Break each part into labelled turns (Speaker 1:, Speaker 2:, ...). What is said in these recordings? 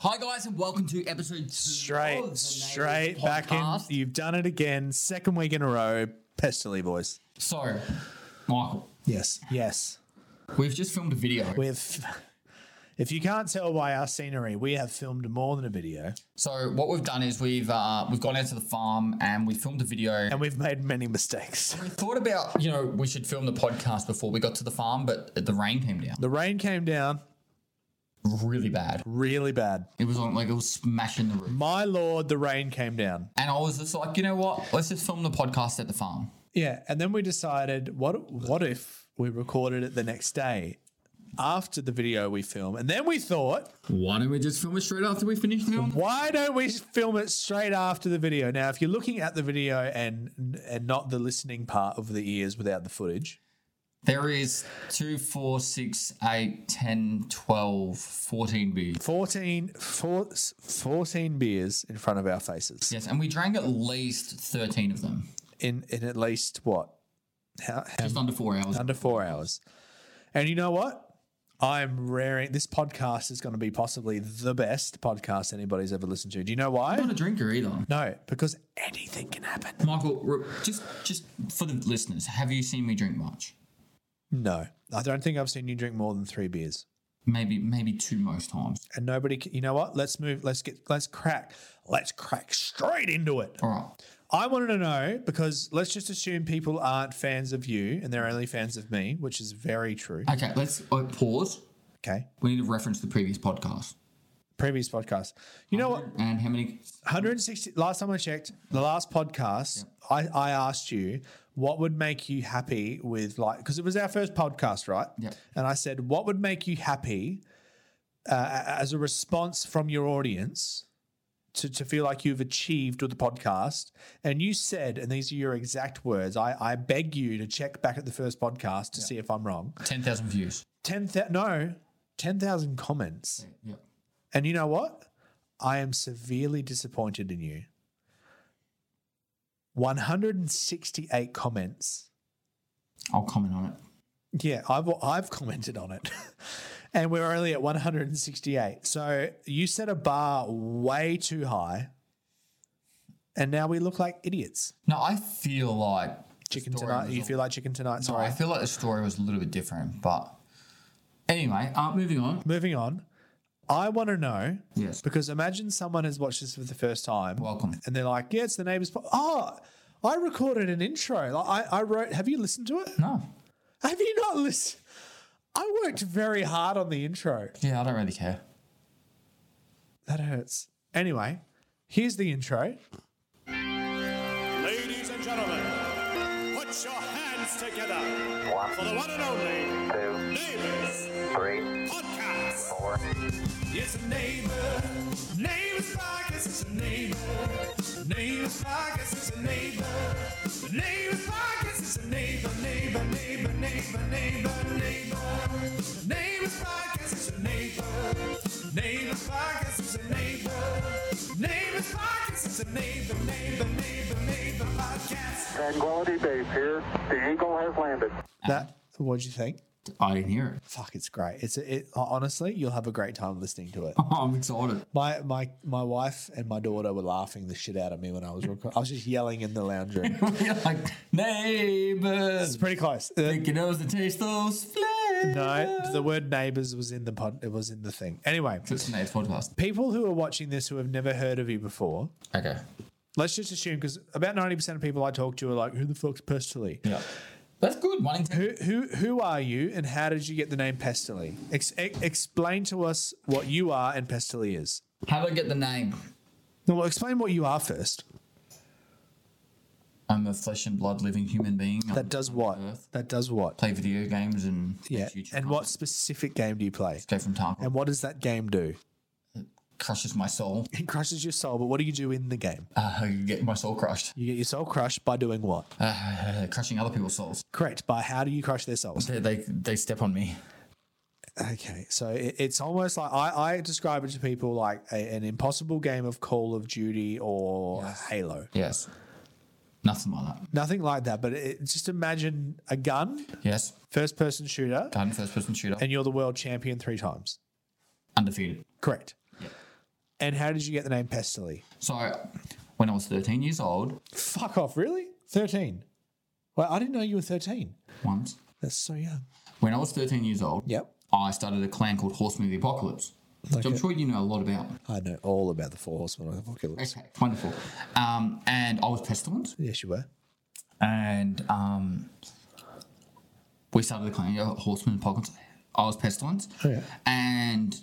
Speaker 1: Hi guys and welcome to episode two of the
Speaker 2: Straight,
Speaker 1: Natives
Speaker 2: straight back in.
Speaker 1: podcast.
Speaker 2: You've done it again. Second week in a row. Pestily voice.
Speaker 1: So, Michael,
Speaker 2: Yes. Yes.
Speaker 1: we've just filmed a video.
Speaker 2: With, if you can't tell by our scenery, we have filmed more than a video
Speaker 1: So what we've done is we've uh, we've gone out to the farm and we filmed a video.
Speaker 2: and we've made many mistakes.
Speaker 1: we thought about you know we should film the podcast before we got to the farm, but the rain came down
Speaker 2: The rain came down
Speaker 1: really bad.
Speaker 2: really bad.
Speaker 1: It was on like it was smashing the roof,
Speaker 2: My lord, the rain came down.
Speaker 1: and I was just like, you know what? Let's just film the podcast at the farm.
Speaker 2: Yeah. And then we decided what what if we recorded it the next day after the video we film? And then we thought,
Speaker 1: Why don't we just film it straight after we finish filming?
Speaker 2: Why don't we film it straight after the video? Now, if you're looking at the video and and not the listening part of the ears without the footage,
Speaker 1: There is two, four, six, eight, 10, 12, 14 beers.
Speaker 2: 14, four, 14 beers in front of our faces
Speaker 1: Yes, and we drank at least 13 of them.
Speaker 2: in in at least what how, how
Speaker 1: Just under four hours.
Speaker 2: under four hours. And you know what? I'm raring. This podcast is going to be possibly the best podcast anybody's ever listened to. Do you know
Speaker 1: I'm
Speaker 2: why?
Speaker 1: not a drinker either.
Speaker 2: No, because anything can happen.
Speaker 1: Michael, re- just just for the listeners, have you seen me drink much?
Speaker 2: No, I don't think I've seen you drink more than three beers.
Speaker 1: Maybe maybe two most times.
Speaker 2: and nobody c- you know what let's move let's get let's crack let's crack straight into it
Speaker 1: All right.
Speaker 2: i wanted to know because let's just assume people aren't fans of you and they're only fans of me which is very true
Speaker 1: Okay, let's uh, pause.
Speaker 2: okay
Speaker 1: We need to reference the previous podcast.
Speaker 2: previous podcast you know what
Speaker 1: And how many?
Speaker 2: 160 last time i checked the last podcast i i asked you what would make you happy with like because it was our first podcast right
Speaker 1: Yep.
Speaker 2: and i said what would make you happy uh, a- as a response from your audience to, to feel like you've achieved with the podcast and you said and these are your exact words i i beg you to check back at the first podcast to see if i'm wrong
Speaker 1: 10,000 views.
Speaker 2: 10 th- no 10000 comments
Speaker 1: Yeah.
Speaker 2: and you know what? I am severely disappointed in you. 168 comments.
Speaker 1: I'll comment on it.
Speaker 2: Yeah, I've I've commented on it. and we're only at 168. So you set a bar way too high. And now we look like idiots.
Speaker 1: No, I feel like.
Speaker 2: Chicken
Speaker 1: Story
Speaker 2: tonight.
Speaker 1: was
Speaker 2: You
Speaker 1: all-
Speaker 2: feel like chicken tonight.
Speaker 1: Sorry,
Speaker 2: Sorry.
Speaker 1: I feel like the story was a little bit different, but anyway, uh, moving on.
Speaker 2: Moving on. I want to know
Speaker 1: Yes.
Speaker 2: because imagine someone has watched this for the first time.
Speaker 1: Welcome.
Speaker 2: and they're like, "Yeah, it's the neighbors." Po- oh, I recorded an intro. Like, I, I wrote. Have you listened to it?
Speaker 1: No.
Speaker 2: Have you not listened? I worked very hard on the intro.
Speaker 1: Yeah, I don't really care.
Speaker 2: That hurts. Anyway, here's the intro.
Speaker 3: Ladies and gentlemen, put your hands together for the one and only
Speaker 4: two,
Speaker 3: Neighbors
Speaker 4: three,
Speaker 3: Podcast.
Speaker 4: four.
Speaker 3: It's a neighbor, Neighbors Podcast. It's a neighbor, Neighbors Podcast. It's a neighbor, Neighbors Podcast. It's a neighbor, neighbor, neighbor, neighbor, neighbor, neighbor. Neighbors Podcast. It's a neighbor, Neighbors Podcast. It's a neighbor, Neighbors Podcast. It's a neighbor, neighbor, neighbor, neighbor podcast.
Speaker 4: Tranquility Base here. The Eagle has landed.
Speaker 2: That. What'd you think?
Speaker 1: I didn't hear it.
Speaker 2: Fuck, it's great. It's it. Honestly, you'll have a great time listening to it.
Speaker 1: I'm excited.
Speaker 2: My my my wife and my daughter were laughing the shit out of me when I was recording. I was just yelling in the lounge room.
Speaker 1: like,
Speaker 2: It's
Speaker 1: neighbors,
Speaker 2: pretty close. Uh,
Speaker 1: thinking those that taste those flavors.
Speaker 2: no, the word neighbors was in the pod. It was in the thing. Anyway,
Speaker 1: It's the next podcast.
Speaker 2: people who are watching this who have never heard of you before,
Speaker 1: Okay.
Speaker 2: let's just assume because about ninety percent of people I talk to are like, "Who the fuck's Pestily?
Speaker 1: Yeah. That's good. One in ten.
Speaker 2: Who who who are you, and how did you get the name Pestily? Ex- e- explain to us what you are and Pestily is.
Speaker 1: How do I get the name?
Speaker 2: No, Well, explain what you are first.
Speaker 1: I'm a flesh and blood living human being. I
Speaker 2: That does what? That does what?
Speaker 1: play video games and
Speaker 2: Yeah.
Speaker 1: make YouTube
Speaker 2: And what specific game do you play?
Speaker 1: content. go from time.
Speaker 2: And what does that game do?
Speaker 1: crushes my soul.
Speaker 2: It crushes your soul, but what do you do in the game?
Speaker 1: Uh, I get my soul crushed.
Speaker 2: You get your soul crushed by doing what?
Speaker 1: Uh, crushing other people's souls.
Speaker 2: Correct. By how do you crush their souls?
Speaker 1: They, they they step on me.
Speaker 2: Okay, so it, it's almost like I, I describe it to people like a, an impossible game of Call of Duty or Halo.
Speaker 1: Yes. Nothing like that.
Speaker 2: Nothing like that, but it, just imagine a gun,
Speaker 1: Yes.
Speaker 2: first person shooter,
Speaker 1: Gun first person shooter.
Speaker 2: and you're the world champion three times.
Speaker 1: Undefeated.
Speaker 2: Correct. And how did you get the name Pestily?
Speaker 1: So when I was 13 years old,
Speaker 2: Fuck off, really? 13. Well, I didn't know you were 13.
Speaker 1: once,
Speaker 2: That's so young.
Speaker 1: when I was 13 years old,
Speaker 2: Yep.
Speaker 1: I started a clan called Horsemen of the Apocalypse, which I'm
Speaker 2: Okay.
Speaker 1: sure you know a lot about.
Speaker 2: I know all about the Four Horsemen of the Apocalypse.
Speaker 1: Okay, wonderful. Um, and I was pestilent,
Speaker 2: Yes, you were.
Speaker 1: and um, we started the clan yeah, Horsemen of the Apocalypse. I was pestilent,
Speaker 2: Oh, yeah.
Speaker 1: and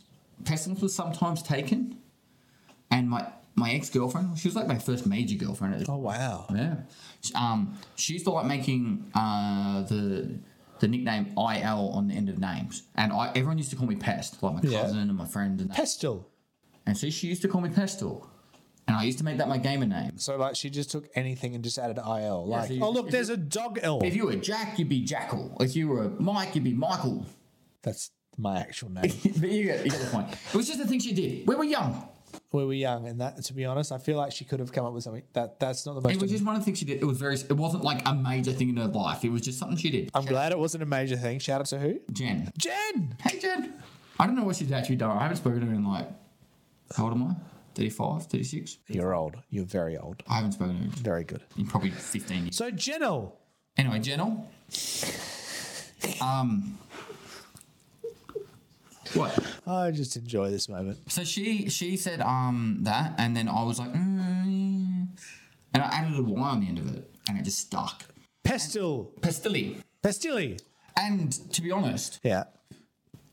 Speaker 1: pestilence was sometimes taken. And my my ex girlfriend, she was like my first major girlfriend at the
Speaker 2: Oh, wow.
Speaker 1: Yeah. Um, she used to like making uh, the the nickname IL on the end of names, and I, everyone used to call me Pest, like my
Speaker 2: Yeah.
Speaker 1: cousin and my friend, and, that.
Speaker 2: Pestil.
Speaker 1: and so she used to call me Pestle, and I used to make that my gamer name.
Speaker 2: So, like, she just took anything and just added IL. Like,
Speaker 1: so you-
Speaker 2: oh, look,
Speaker 1: if
Speaker 2: there's a dog L.
Speaker 1: If you were Jack, you'd be Jackal. If you were Mike, you'd be Michael.
Speaker 2: That's my actual name.
Speaker 1: but you get, you get the point. It was just a thing she did. We were young.
Speaker 2: we were young, and that, to be honest, I feel like she could have come up with something. That That's not the
Speaker 1: It
Speaker 2: most.
Speaker 1: was just one of the things she did. It was very. It wasn't like a major thing in her life. It was just something she did.
Speaker 2: I'm glad it wasn't a major thing. Shout out to who?
Speaker 1: Jen.
Speaker 2: Jen!
Speaker 1: Hey, Jen. I don't know what she's actually done. I haven't spoken to her in like. How old am I? 35, 36?
Speaker 2: You're old. You're very old.
Speaker 1: I haven't spoken to her
Speaker 2: Very good.
Speaker 1: in probably 15 years.
Speaker 2: So, Jenel.
Speaker 1: Anyway, Jenel. Um. What?
Speaker 2: I just enjoy this moment.
Speaker 1: So she she said um that, and then I was like, mm, and I added a Y on the end of it, and it just stuck.
Speaker 2: Pestil.
Speaker 1: Pastili.
Speaker 2: Pestili.
Speaker 1: And to be honest,
Speaker 2: Yeah.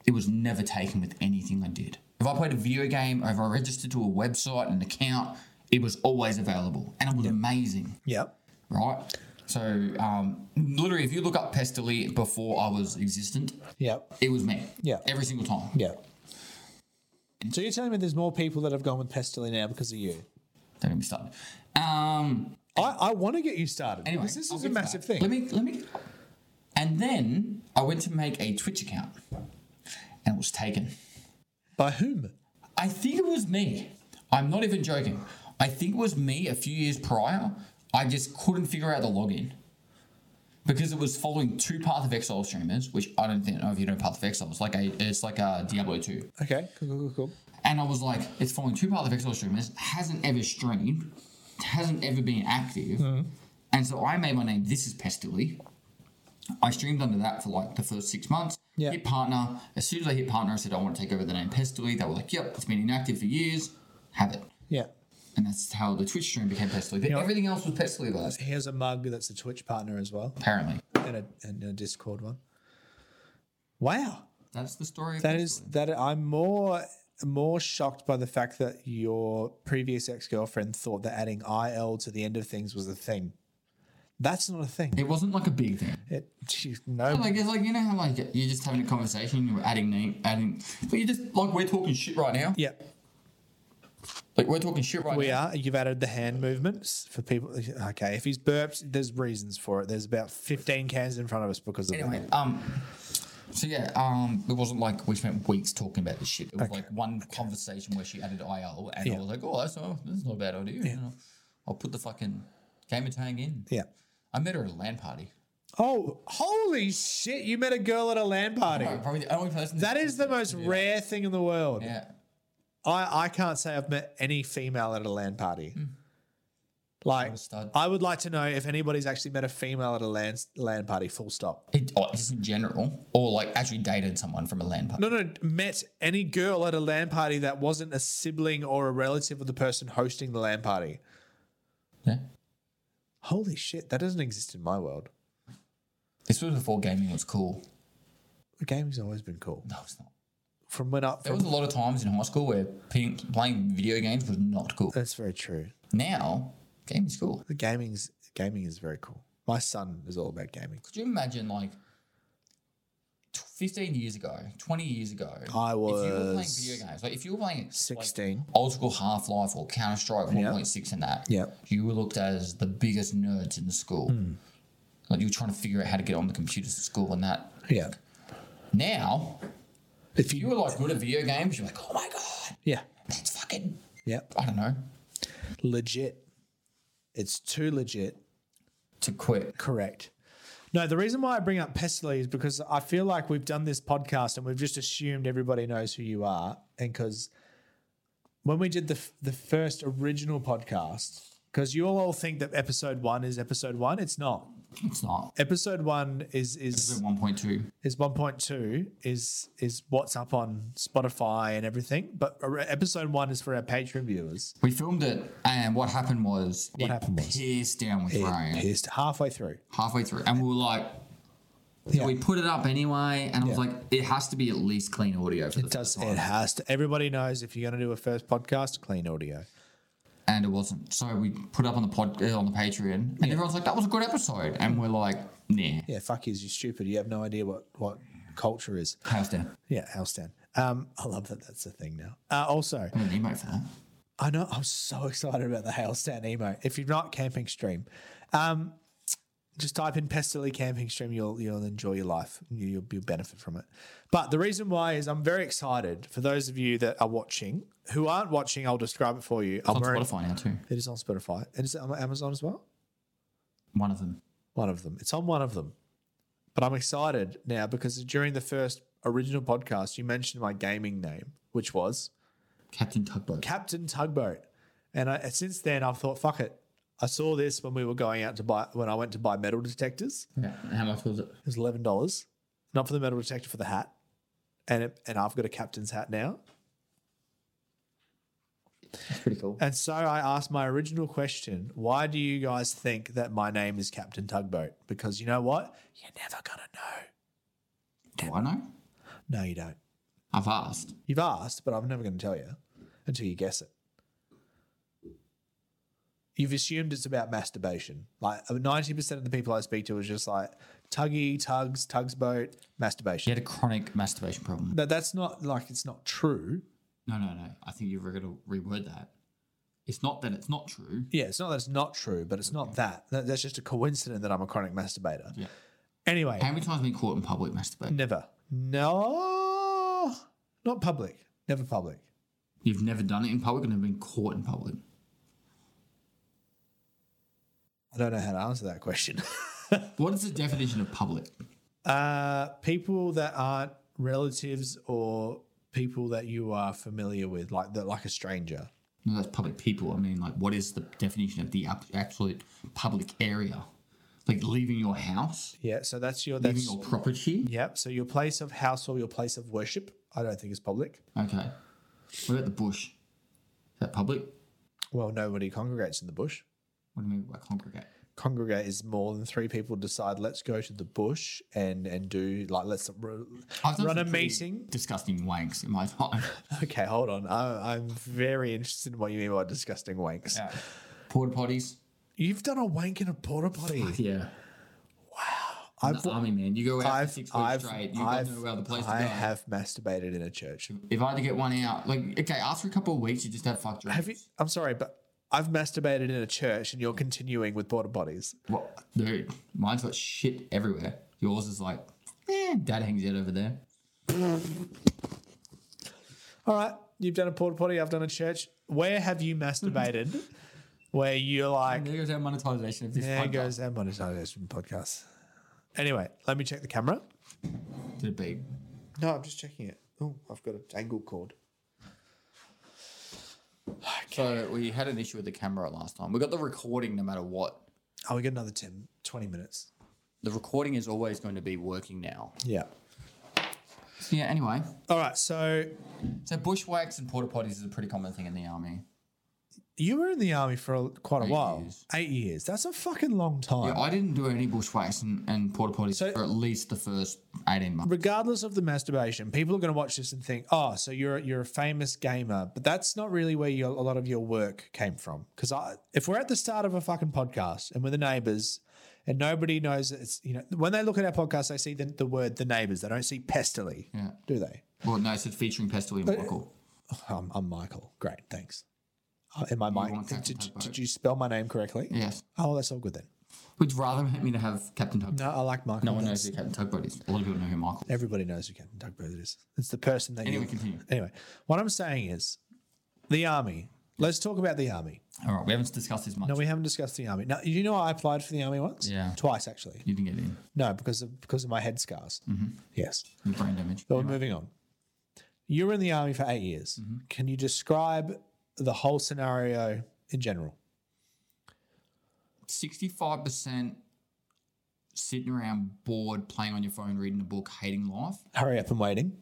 Speaker 1: it was never taken with anything I did. If I played a video game or if I registered to a website and an account, it was always available, and it was amazing.
Speaker 2: Yep.
Speaker 1: right? So, um, literally, if you look up Pestily before I was existent,
Speaker 2: Yep.
Speaker 1: it was me.
Speaker 2: Yeah.
Speaker 1: Every single time.
Speaker 2: Yeah. So you're telling me there's more people that have gone with Pestily now because of you?
Speaker 1: Don't get me started. Um,
Speaker 2: I, I want to get you started.
Speaker 1: anyway,
Speaker 2: because this
Speaker 1: I'll
Speaker 2: is
Speaker 1: get
Speaker 2: a
Speaker 1: to that.
Speaker 2: massive thing.
Speaker 1: Let me, let me. And then I went to make a Twitch account and it was taken.
Speaker 2: By whom?
Speaker 1: I think it was me. I'm not even joking. I think it was me a few years prior. I just couldn't figure out the login because it was following two Path of Exile streamers, which I don't think, I don't know if you know Path of Exile. It's like a, it's like a Diablo 2.
Speaker 2: Okay. Cool, cool, cool, cool.
Speaker 1: And I was like, it's following two Path of Exile streamers, hasn't ever streamed, hasn't ever been active.
Speaker 2: Mm-hmm.
Speaker 1: And so I made my name, This is Pestily. I streamed under that for like the first six months.
Speaker 2: Yeah.
Speaker 1: Hit partner. As soon as I hit partner, I said, I want to take over the name Pestily. They were like, yep, it's been inactive for years. Have it.
Speaker 2: Yeah.
Speaker 1: And that's how the Twitch stream became Pestily. But
Speaker 2: Yeah.
Speaker 1: everything else was Pestily, guys.
Speaker 2: He has a mug that's a Twitch partner as well,
Speaker 1: Apparently.
Speaker 2: and a, and a Discord one. Wow.
Speaker 1: That's the story of
Speaker 2: That
Speaker 1: Pestily.
Speaker 2: is that I'm more more shocked by the fact that your previous ex girlfriend thought that adding IL to the end of things was a thing. That's not a thing.
Speaker 1: It wasn't like a big thing.
Speaker 2: It, geez, no,
Speaker 1: Like it's like you know how like you're just having a conversation, you're adding name, adding, but you're just like we're talking shit right now.
Speaker 2: yeah,
Speaker 1: Like we're talking shit right
Speaker 2: we
Speaker 1: now.
Speaker 2: are. You've added the hand movements for people. Okay, if he's burped, there's reasons for it. There's about 15 cans in front of us because of
Speaker 1: Anyway,
Speaker 2: that.
Speaker 1: um, so yeah, um, it wasn't like we spent weeks talking about this shit. It was like one conversation where she added IL, and I
Speaker 2: Yeah.
Speaker 1: was like, oh, that's not, that's not a bad idea. You know, I'll put the fucking gamer tag in.
Speaker 2: Yeah.
Speaker 1: I met her at a LAN party.
Speaker 2: Oh, holy shit! You met a girl at a land party.
Speaker 1: No, probably the only person
Speaker 2: That is the most rare thing in the world.
Speaker 1: Yeah.
Speaker 2: I, I can't say I've met any female at a land party.
Speaker 1: Hmm.
Speaker 2: Like,
Speaker 1: a stud.
Speaker 2: I would like to know if anybody's actually met a female at a land land party. Full stop.
Speaker 1: It, oh, just in general, or like actually dated someone from a LAN party.
Speaker 2: No, no, met any girl at a land party that wasn't a sibling or a relative of the person hosting the land party.
Speaker 1: Yeah.
Speaker 2: Holy shit, that doesn't exist in my world.
Speaker 1: This was before gaming was cool.
Speaker 2: Gaming's always been cool.
Speaker 1: No, it's not.
Speaker 2: From when up,
Speaker 1: There was a lot of times in high school where playing, playing video games was not cool.
Speaker 2: that's very true.
Speaker 1: Now, gaming's cool.
Speaker 2: The gaming's gaming is very cool. My son is all about gaming.
Speaker 1: Could you imagine, like, t- 15 years ago, 20 years ago,
Speaker 2: I
Speaker 1: if you were playing
Speaker 2: was
Speaker 1: video games, like, if you were playing like,
Speaker 2: sixteen.
Speaker 1: old school Half Life or Counter Strike 1.6 and that,
Speaker 2: Yep.
Speaker 1: you were looked at as the biggest nerds in the school.
Speaker 2: Hmm.
Speaker 1: Like, you were trying to figure out how to get on the computers at school and that.
Speaker 2: Yeah.
Speaker 1: Now,
Speaker 2: If
Speaker 1: if you
Speaker 2: you,
Speaker 1: were, like, good at video games, you're like, oh my God,
Speaker 2: yeah,
Speaker 1: that's fucking,
Speaker 2: yeah,
Speaker 1: I don't know,
Speaker 2: legit. It's too legit.
Speaker 1: to quit.
Speaker 2: Correct. No, the reason why I bring up Pestily is because I feel like we've done this podcast and we've just assumed everybody knows who you are, and because when we did the f- the first original podcast, because you all think that episode one is episode one. It's not.
Speaker 1: It's not.
Speaker 2: Episode one is
Speaker 1: It's
Speaker 2: is
Speaker 1: at 1.2.
Speaker 2: is one point two is is what's up on Spotify and everything. But ar- episode one is for our Patreon viewers.
Speaker 1: We filmed it, and what happened was it
Speaker 2: happened was-
Speaker 1: pierced down with rain
Speaker 2: Pissed halfway through.
Speaker 1: halfway through, and we were like, "So we put it up anyway." And I was
Speaker 2: Yeah.
Speaker 1: like, "It has to be at least clean audio for
Speaker 2: It does. It has to. Everybody knows if you're going to do a first podcast, clean audio.
Speaker 1: and it wasn't. So we put up on the pod uh, on the Patreon, and everyone's like, "That was a good episode," and we're like, "Nah,
Speaker 2: Yeah, fuck is you stupid. You have no idea what what culture is.
Speaker 1: house down."
Speaker 2: Yeah, house down. Um, I love that. That's a thing now. Uh, also,
Speaker 1: I'm an emo for that.
Speaker 2: I know I'm so excited about the Hailstown emo. If you're not camping stream, um, just type in Pesterly camping stream. You'll you'll enjoy your life. You, you'll, you'll benefit from it. But the reason why is I'm very excited for those of you that are watching. Who aren't watching, I'll describe it for you. I'm
Speaker 1: It's on
Speaker 2: wearing-
Speaker 1: Spotify now too.
Speaker 2: It is on Spotify. And is it on Amazon as well?
Speaker 1: One of them.
Speaker 2: One of them. It's on one of them. But I'm excited now because during the first original podcast, you mentioned my gaming name, which was
Speaker 1: Captain Tugboat.
Speaker 2: Captain Tugboat. And I, since then, I've thought, fuck it. I saw this when we were going out to buy, when I went to buy metal detectors.
Speaker 1: yeah. How much was it?
Speaker 2: It was $11. Not for the metal detector, for the hat. And, it, and I've got a captain's hat now.
Speaker 1: That's pretty cool.
Speaker 2: And so I asked my original question why do you guys think that my name is Captain Tugboat? Because you know what? You're never going to know.
Speaker 1: Do I know?
Speaker 2: No, you don't.
Speaker 1: I've asked.
Speaker 2: You've asked, but I'm never going to tell you until you guess it. You've assumed it's about masturbation. Like 90% of the people I speak to is just like tuggy, tugs, tugs boat,
Speaker 1: She
Speaker 2: masturbation.
Speaker 1: had a chronic masturbation problem.
Speaker 2: No, that's not like it's not true.
Speaker 1: No, no, no. I think you've got to reword that. It's not that it's not true.
Speaker 2: Yeah, it's not that it's not true, but it's not that. That- That's just a coincidence that I'm a chronic masturbator.
Speaker 1: Yeah.
Speaker 2: Anyway,
Speaker 1: How many times have been caught in public masturbating?
Speaker 2: never. No, not public. Never public.
Speaker 1: You've never done it in public and have been caught in public.
Speaker 2: I don't know how to answer that question.
Speaker 1: What is the definition of public?
Speaker 2: Uh, people that aren't relatives or people that you are familiar with, like that, like a stranger.
Speaker 1: No, that's public people. I mean, like, what is the definition of the ab- absolute public area? Like leaving your house,
Speaker 2: Yeah, so that's your
Speaker 1: leaving
Speaker 2: that's
Speaker 1: your property.
Speaker 2: yep. So your place of house or your place of worship, I don't think is public.
Speaker 1: Okay. What about the bush? Is that public?
Speaker 2: Well, nobody congregates in the bush.
Speaker 1: What do you mean by congregate?
Speaker 2: Congregate is more than three people decide. Let's go to the bush and and do like let's ru-
Speaker 1: I've done
Speaker 2: run a
Speaker 1: some pretty
Speaker 2: meeting.
Speaker 1: Disgusting wanks in my time.
Speaker 2: Okay, hold on. I, I'm very interested in what you mean by disgusting wanks.
Speaker 1: yeah. Porta potties.
Speaker 2: You've done a wank in a porta potty.
Speaker 1: Yeah.
Speaker 2: I've
Speaker 1: the army man. You go out for
Speaker 2: I've,
Speaker 1: six weeks
Speaker 2: I've,
Speaker 1: straight. You
Speaker 2: I've,
Speaker 1: got nowhere other place to
Speaker 2: I
Speaker 1: go.
Speaker 2: have masturbated in a church.
Speaker 1: if I had to get one out, like okay, after a couple of weeks, you just have fuck dreams.
Speaker 2: Have you? I'm sorry, but I've masturbated in a church, and you're continuing with porta bodies.
Speaker 1: What, dude? Mine's got shit everywhere. Yours is like, eh, dad hangs out over there.
Speaker 2: All right, you've done a porta potty. I've done a church. Where have you masturbated? where you're like,
Speaker 1: And there goes our monetization of this.
Speaker 2: there
Speaker 1: podcast.
Speaker 2: goes that monetization podcast. Anyway, let me check the camera.
Speaker 1: Did it beep?
Speaker 2: No, I'm just checking it. Oh, I've got an angle cord.
Speaker 1: So we had an issue with the camera last time. We got the recording no matter what.
Speaker 2: Oh, we got another 10, 20 minutes.
Speaker 1: The recording is always going to be working now.
Speaker 2: Yeah.
Speaker 1: Yeah. Anyway,
Speaker 2: All right, so
Speaker 1: so bushwhacks and porta potties is a pretty common thing in the army.
Speaker 2: you were in the army for a, quite a
Speaker 1: Eight
Speaker 2: while.
Speaker 1: years.
Speaker 2: Eight years. That's a fucking long time.
Speaker 1: Yeah, I didn't do any bushwhacks and, and porta potties
Speaker 2: So-
Speaker 1: for at least the first eighteen months.
Speaker 2: regardless of the masturbation, people are going to watch this and think, "Oh, so you're you're a famous gamer," but that's not really where your, a lot of your work came from. Because if we're at the start of a fucking podcast and we're the neighbors, and nobody knows that it's you know when they look at our podcast, they see the, the word the neighbors. They don't see Pesterly,
Speaker 1: Yeah.
Speaker 2: do they?
Speaker 1: Well, no, it said featuring Pestle and Michael.
Speaker 2: Um, I'm Michael. Great, thanks. Uh, Am I Mike?
Speaker 1: want
Speaker 2: Did,
Speaker 1: Captain
Speaker 2: did-
Speaker 1: Tugboat.
Speaker 2: did you spell my name correctly?
Speaker 1: Yes.
Speaker 2: Oh, that's all good then.
Speaker 1: Would you rather me to have Captain Tugboat?
Speaker 2: No, I like Michael.
Speaker 1: No one
Speaker 2: That's-
Speaker 1: knows who Captain Tugboat is. A lot of people know who Michael is.
Speaker 2: Everybody knows who Captain Tugboat is. It's the person that
Speaker 1: Anyway,
Speaker 2: you
Speaker 1: continue.
Speaker 2: Anyway, what I'm saying is the army. Let's talk about the army.
Speaker 1: All right, we haven't discussed this much.
Speaker 2: No, we haven't discussed the army. Now, you know, I applied for the army once.
Speaker 1: Yeah.
Speaker 2: twice actually.
Speaker 1: You didn't get in.
Speaker 2: No, because of because of my head scars. Yes,
Speaker 1: Your brain damage.
Speaker 2: but we're moving on. You were in the army for eight years. Can you describe the whole scenario in general?
Speaker 1: 65% sitting around bored, playing on your phone, reading a book, hating life.
Speaker 2: Hurry up and waiting.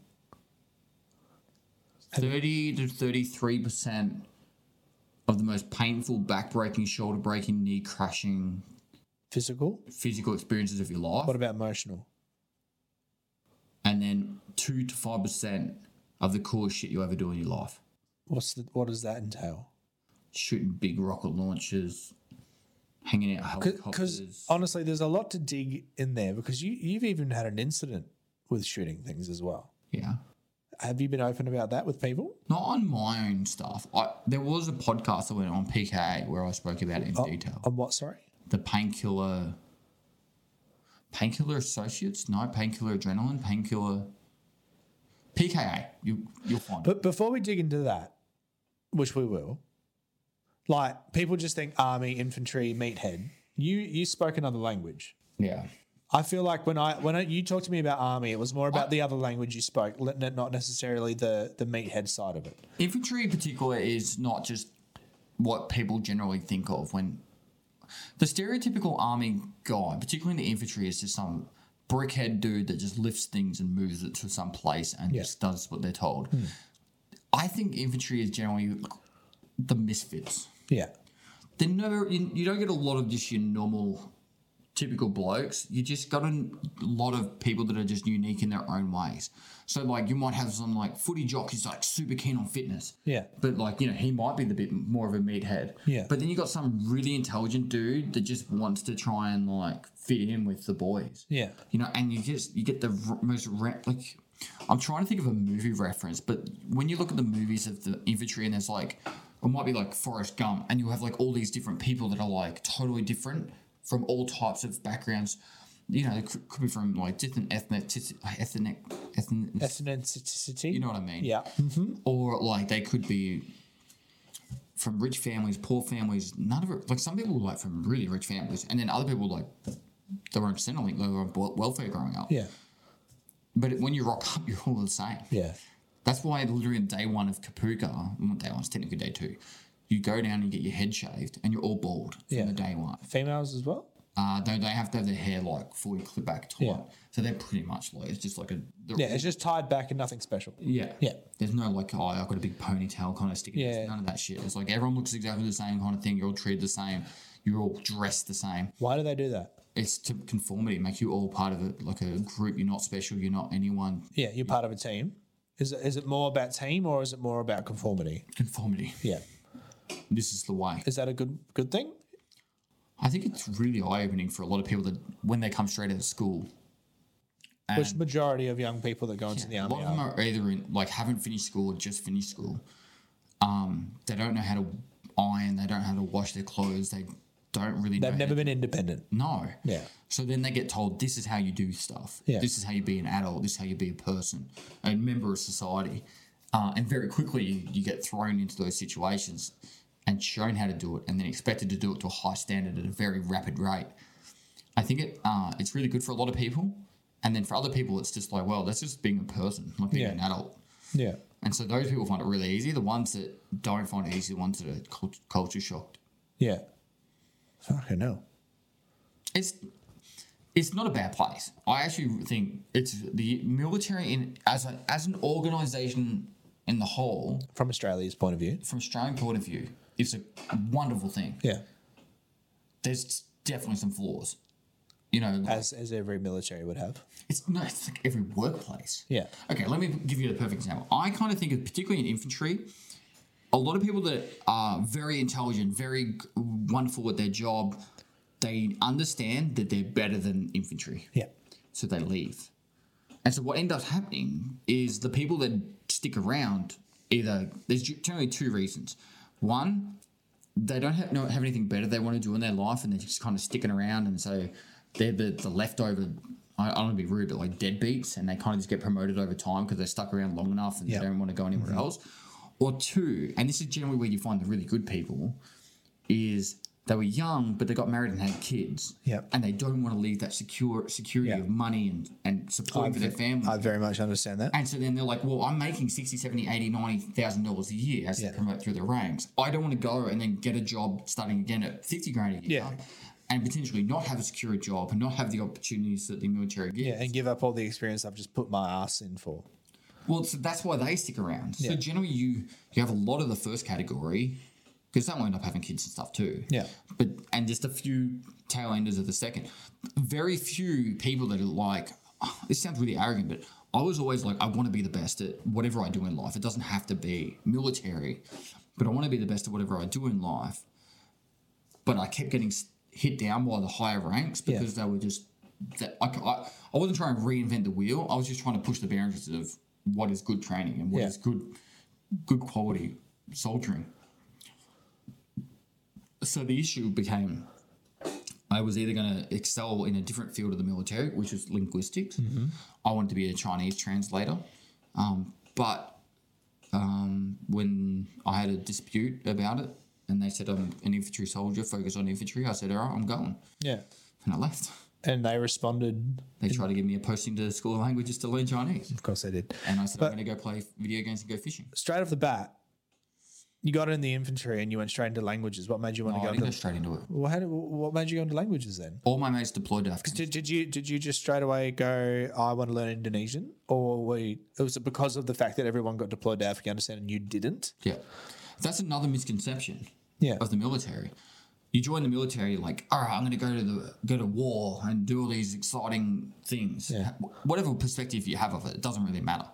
Speaker 1: 30 to 33% of the most painful back breaking, shoulder breaking, knee crashing
Speaker 2: Physical.
Speaker 1: physical experiences of your life.
Speaker 2: What about emotional?
Speaker 1: and then 2 to 5% of the coolest shit you ever do in your life.
Speaker 2: What's the, what does that entail?
Speaker 1: Shooting big rocket launchers, hanging out of
Speaker 2: Because
Speaker 1: helicopters.
Speaker 2: honestly, there's a lot to dig in there because you you've even had an incident with shooting things as well.
Speaker 1: yeah.
Speaker 2: Have you been open about that with people?
Speaker 1: Not on my own stuff. I, there was a podcast that went on PKA where I spoke about it in
Speaker 2: Oh.
Speaker 1: detail.
Speaker 2: On what? Sorry.
Speaker 1: the painkiller painkiller associates no painkiller adrenaline painkiller pka you, you'll find it.
Speaker 2: But before we dig into that, which we will, like people just think army, infantry, meathead. You you spoke another language.
Speaker 1: yeah
Speaker 2: I feel like when I when I, you talked to me about army, it was more about the other language you spoke, le- ne- not necessarily the the meathead side of it.
Speaker 1: infantry in particular is not just what people generally think of when the stereotypical army guy particularly in the infantry is just some brickhead dude that just lifts things and moves it to some place and just does what they're told i think infantry is generally the misfits
Speaker 2: Yeah,
Speaker 1: they never you, you don't get a lot of just your normal typical blokes you just got a n- lot of people that are just unique in their own ways so like you might have some like footy jock who's like super keen on fitness
Speaker 2: Yeah.
Speaker 1: but like you know he might be the bit more of a meathead
Speaker 2: Yeah.
Speaker 1: but then you got some really intelligent dude that just wants to try and like fit in with the boys
Speaker 2: yeah.
Speaker 1: you know, and you just you get the r- most re- like. I'm trying to think of a movie reference, but when you look at the movies of the infantry, and there's like, it might be like Forrest Gump, and you'll have like all these different people that are like totally different from all types of backgrounds. You know, it could, could be from like different ethnic, ethnic, ethnic,
Speaker 2: Ethnicity.
Speaker 1: you know what I mean?
Speaker 2: Yeah,
Speaker 1: Or like they could be from rich families, poor families. None of it. Like some people were like from really rich families, and then other people like they were on Centrelink, they were on wel- welfare growing up.
Speaker 2: yeah,
Speaker 1: But when you rock up, you're all the same.
Speaker 2: yeah.
Speaker 1: That's why literally on day one of Kapuka, well, day one's technically day two, you go down and get your head shaved and you're all bald from
Speaker 2: Yeah.
Speaker 1: the day one.
Speaker 2: Females as well.
Speaker 1: Uh, though they have to have their hair like fully clipped back tight.
Speaker 2: Yeah.
Speaker 1: So they're pretty much like, it's just like a. they're-
Speaker 2: Yeah, it's just tied back and nothing special.
Speaker 1: yeah.
Speaker 2: Yeah.
Speaker 1: There's no like, oh, I've got a big ponytail kind of stick.
Speaker 2: Yeah.
Speaker 1: There's None of that shit. It's like everyone looks exactly the same kind of thing. You're all treated the same. You're all dressed the same.
Speaker 2: Why do they do that?
Speaker 1: It's to conformity, make you all part of it, like a group. You're not special. You're not anyone.
Speaker 2: Yeah, you're part of a team. Is it, is it more about team or is it more about conformity?
Speaker 1: Conformity.
Speaker 2: Yeah.
Speaker 1: This is the way.
Speaker 2: Is that a good good thing?
Speaker 1: I think it's really eye opening for a lot of people that when they come straight out of school,
Speaker 2: Which majority of young people that go into
Speaker 1: a
Speaker 2: the
Speaker 1: lot
Speaker 2: army
Speaker 1: of them
Speaker 2: are?
Speaker 1: are either in like haven't finished school or just finished school. Um, they don't know how to iron. They don't know how to wash their clothes. They don't really. know
Speaker 2: They've
Speaker 1: how
Speaker 2: never
Speaker 1: to-
Speaker 2: been independent.
Speaker 1: No.
Speaker 2: Yeah.
Speaker 1: So then they get told this is how you do stuff.
Speaker 2: Yeah.
Speaker 1: This is how you be an adult. This is how you be a person, a member of society. Uh, and very quickly you, you get thrown into those situations and shown how to do it and then expected to do it to a high standard at a very rapid rate. I think it uh, it's really good for a lot of people. And then for other people, it's just like, well, that's just being a person, not being
Speaker 2: Yeah.
Speaker 1: an adult.
Speaker 2: Yeah.
Speaker 1: And so those people find it really easy. The ones that don't find it easy, the ones that are cult- culture shocked.
Speaker 2: Yeah. Fucking hell.
Speaker 1: it's it's not a bad place. I actually think it's the military in as a, as an organisation in the whole,
Speaker 2: From Australia's point of view.
Speaker 1: from Australian point of view, it's a wonderful thing.
Speaker 2: Yeah.
Speaker 1: There's definitely some flaws. You know, like-
Speaker 2: As as every military would have.
Speaker 1: it's no, it's like every workplace.
Speaker 2: Yeah.
Speaker 1: Okay, let me give you the perfect example. I kind of think of particularly in infantry, a lot of people that are very intelligent, very g- wonderful at their job, they understand that they're better than infantry.
Speaker 2: Yeah.
Speaker 1: so they leave. And so what ends up happening is the people that stick around either there's ge- generally two reasons. One, they don't have, not have anything better they want to do in their life, and they're just kind of sticking around, and so they're the, the leftover. I, I don't want to be rude, but like deadbeats, and they kind of just get promoted over time because they're stuck around long enough and
Speaker 2: Yeah. Mm-hmm.
Speaker 1: they don't want to go anywhere else. Or two, and this is generally where you find the really good people, is They were young, but they got married and had kids.
Speaker 2: Yep.
Speaker 1: And they don't want to leave that secure security
Speaker 2: Yeah.
Speaker 1: of money and, and support for their family.
Speaker 2: I very much understand that.
Speaker 1: and so then they're like, well, I'm making 60, 70, 80, 90,000 dollars a year as
Speaker 2: Yeah.
Speaker 1: they promote through the ranks. I don't want to go and then get a job starting again at 50 grand a year
Speaker 2: Yeah.
Speaker 1: and potentially not have a secure job and not have the opportunities that the military gives.
Speaker 2: Yeah, and give up all the experience I've just put my ass in for.
Speaker 1: Well, so that's why they stick around.
Speaker 2: Yeah.
Speaker 1: So generally, you you have a lot of the first category because they'll end up having kids and stuff too.
Speaker 2: Yeah.
Speaker 1: But and just a few tail enders of the second. Very few people that are like. "Oh, This sounds really arrogant, but I was always like, I want to be the best at whatever I do in life. It doesn't have to be military, but I want to be the best at whatever I do in life. But I kept getting s- hit down by the higher ranks
Speaker 2: Yeah.
Speaker 1: because they were just that I, I, I wasn't trying to reinvent the wheel. I was just trying to push the boundaries of what is good training and what is
Speaker 2: Yeah.
Speaker 1: good good quality soldiering. So the issue became I was either going to excel in a different field of the military, which was linguistics.
Speaker 2: Mm-hmm.
Speaker 1: I wanted to be a Chinese translator, um, but um, when I had a dispute about it, and they said I'm an infantry soldier, focus on infantry. I said, all right, I'm going,
Speaker 2: Yeah.
Speaker 1: and I left.
Speaker 2: And they responded.
Speaker 1: They tried to give me a posting to the School of Languages to learn Chinese.
Speaker 2: Of course, they did.
Speaker 1: And I said,
Speaker 2: But-
Speaker 1: I'm going to go play video games and go fishing.
Speaker 2: Straight off the bat, you got in the infantry and you went straight into languages. What made you want
Speaker 1: No,
Speaker 2: to
Speaker 1: I
Speaker 2: go
Speaker 1: didn't
Speaker 2: into?
Speaker 1: go straight into it.
Speaker 2: well, how did, what made you go into languages then?
Speaker 1: All my mates deployed to Afghanistan.
Speaker 2: Did, did you did you just straight away go? I want to learn Indonesian, or were you, was it because of the fact that everyone got deployed to Afghanistan and you didn't?
Speaker 1: Yeah. That's another misconception
Speaker 2: Yeah.
Speaker 1: of the military. You join the military, you're like, all right, I'm going to go to the go to war and do all these exciting things.
Speaker 2: Yeah.
Speaker 1: Wh- Whatever perspective you have of it, it doesn't really matter.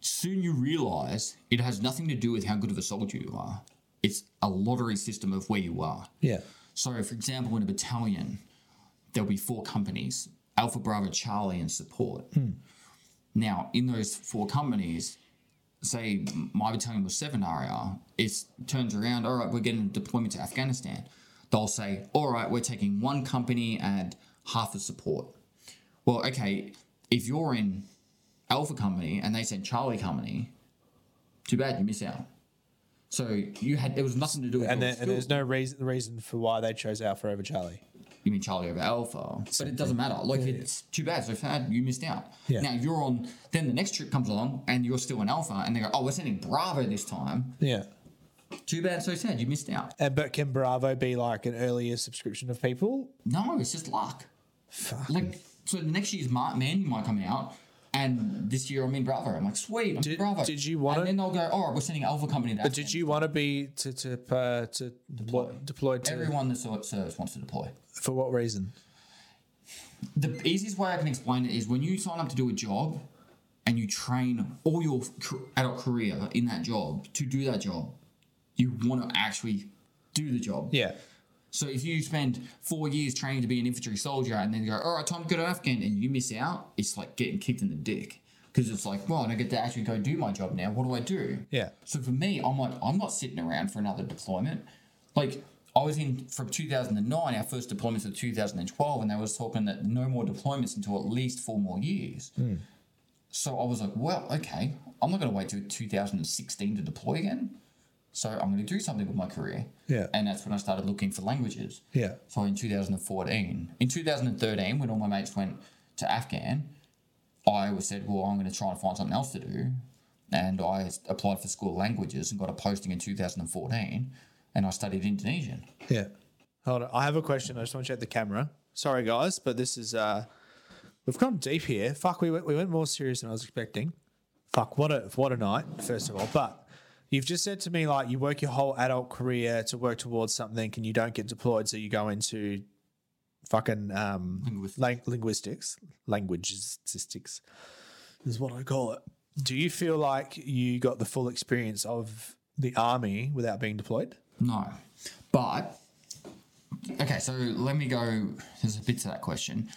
Speaker 1: Soon you realize it has nothing to do with how good of a soldier you are. It's a lottery system of where you are.
Speaker 2: Yeah.
Speaker 1: So, for example, in a battalion, there'll be four companies Alpha, Bravo, Charlie, and support.
Speaker 2: Hmm.
Speaker 1: Now, in those four companies, say my battalion was 7 RAR, it turns around, all right, we're getting a deployment to Afghanistan. They'll say, all right, we're taking one company and half the support. Well, okay, if you're in Alpha Company and they send Charlie Company, too bad you miss out. So you had there was nothing to do with
Speaker 2: And,
Speaker 1: your
Speaker 2: there, and there's
Speaker 1: skill.
Speaker 2: no reason reason for why they chose Alpha over Charlie.
Speaker 1: you mean Charlie over Alpha, but it doesn't matter. Like it's too bad. So sad, you missed out.
Speaker 2: Yeah.
Speaker 1: Now you're on. Then the next trip comes along, and you're still in Alpha, and they go, "Oh, we're sending Bravo this time."
Speaker 2: Yeah.
Speaker 1: Too bad. So sad, you missed out.
Speaker 2: And but can Bravo be like an earlier subscription of people?
Speaker 1: No, it's just luck. Like so, the next year's Mark Mandy might come out, and this year I'm in Bravo. I'm like, sweet, I'm in
Speaker 2: Did-
Speaker 1: Bravo.
Speaker 2: did you want
Speaker 1: And
Speaker 2: it?
Speaker 1: then they'll go, "All right, we're sending Alpha Company." That
Speaker 2: But did you want to be to to uh, to deploy, deployed to
Speaker 1: Everyone that ser- serves wants to deploy.
Speaker 2: for what reason?
Speaker 1: the easiest way I can explain it is when you sign up to do a job and you train all your ca- adult career in that job to do that job, you want to actually do the job.
Speaker 2: Yeah.
Speaker 1: So if you spend four years training to be an infantry soldier and then you go, all right, time to go to Afghan and you miss out, it's like getting kicked in the dick. Because it's like, well, I don't get to actually go do my job now. What do I do?
Speaker 2: Yeah.
Speaker 1: So for me, I'm like, I'm not sitting around for another deployment. Like, I was in from 2009, our first deployments were 2012, and they was talking that no more deployments until at least four more years. So I was like, well, okay, I'm not going to wait till 2016 to deploy again. So I'm going to do something with my career.
Speaker 2: Yeah.
Speaker 1: And that's when I started looking for languages.
Speaker 2: Yeah.
Speaker 1: So in 2014, in 2013, when all my mates went to Afghan, I was said, well, I'm going to try and find something else to do. And I s- applied for school languages and got a posting in 2014. And I studied Indonesian.
Speaker 2: Yeah. Hold on. I have a question. I just want to check the camera. Sorry, guys, but this is uh, we've gone deep here. Fuck, we went, we went more serious than I was expecting. Fuck, what a what a night, first of all. But you've just said to me like you work your whole adult career to work towards something, and you don't get deployed, so you go into fucking um,
Speaker 1: Linguistics.
Speaker 2: Lang- linguistics, languages, statistics is what I call it. Do you feel like you got the full experience of the army without being deployed?
Speaker 1: No. But, okay, so let me go. There's a bit to that question.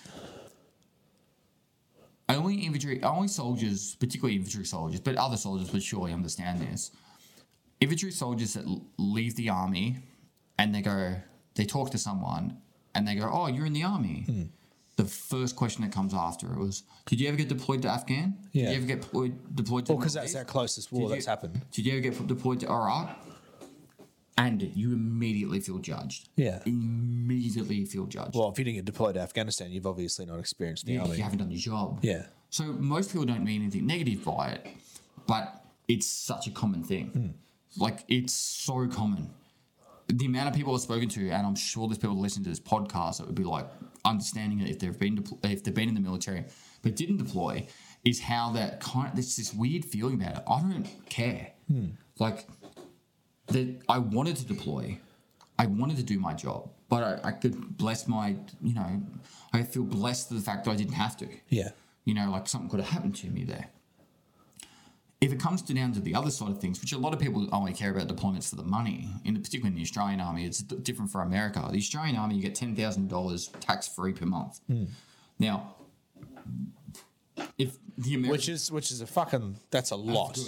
Speaker 1: Only infantry, only soldiers, particularly infantry soldiers, but other soldiers would surely understand this. Infantry soldiers that l- leave the army and they go, they talk to someone and they go, Oh, you're in the army.
Speaker 2: Hmm.
Speaker 1: The first question that comes after it was, Did you ever get deployed to Afghan? Did
Speaker 2: Yeah.
Speaker 1: you ever get deployed, deployed to
Speaker 2: Well,
Speaker 1: the
Speaker 2: because that's
Speaker 1: Northeast?"
Speaker 2: our closest war
Speaker 1: Did
Speaker 2: that's
Speaker 1: you-
Speaker 2: happened.
Speaker 1: Did you ever get deployed to Iraq? and you immediately feel judged.
Speaker 2: Yeah.
Speaker 1: Immediately feel judged.
Speaker 2: Well, if you didn't get deployed to Afghanistan, you've obviously not experienced the
Speaker 1: you,
Speaker 2: army.
Speaker 1: you haven't done your job.
Speaker 2: Yeah.
Speaker 1: So most people don't mean anything negative by it, but it's such a common thing. Like it's so common. The amount of people I've spoken to, and I'm sure there's people listening to this podcast that would be like understanding it if they've been depl- if they've been in the military but didn't deploy, is how that kind of, there's this weird feeling about it. I don't care. Like that I wanted to deploy. I wanted to do my job, but I, I could bless my, you know, I feel blessed to the fact that I didn't have to.
Speaker 2: Yeah.
Speaker 1: You know, like something could have happened to me there. If it comes to down to the other side of things, which a lot of people only care about deployments for the money, in particular in the Australian Army, it's d- different for America. The Australian Army, you get ten thousand dollars tax free per month.
Speaker 2: Hmm.
Speaker 1: Now, if the American,
Speaker 2: Which is which is a fucking that's a lot.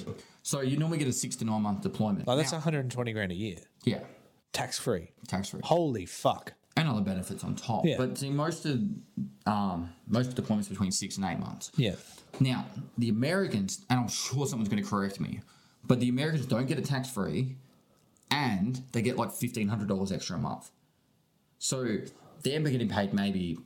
Speaker 1: so you normally get a six to nine month deployment.
Speaker 2: Like Oh, that's
Speaker 1: Now-
Speaker 2: 120 grand a year,
Speaker 1: yeah,
Speaker 2: tax free.
Speaker 1: tax free.
Speaker 2: Holy fuck.
Speaker 1: and other benefits on top.
Speaker 2: Yeah.
Speaker 1: But see, most of um, most of the deployments between six and eight months.
Speaker 2: Yeah.
Speaker 1: Now the Americans, and I'm sure someone's going to correct me, but the Americans don't get it tax free, and they get like fifteen hundred dollars extra a month. So they're getting paid maybe.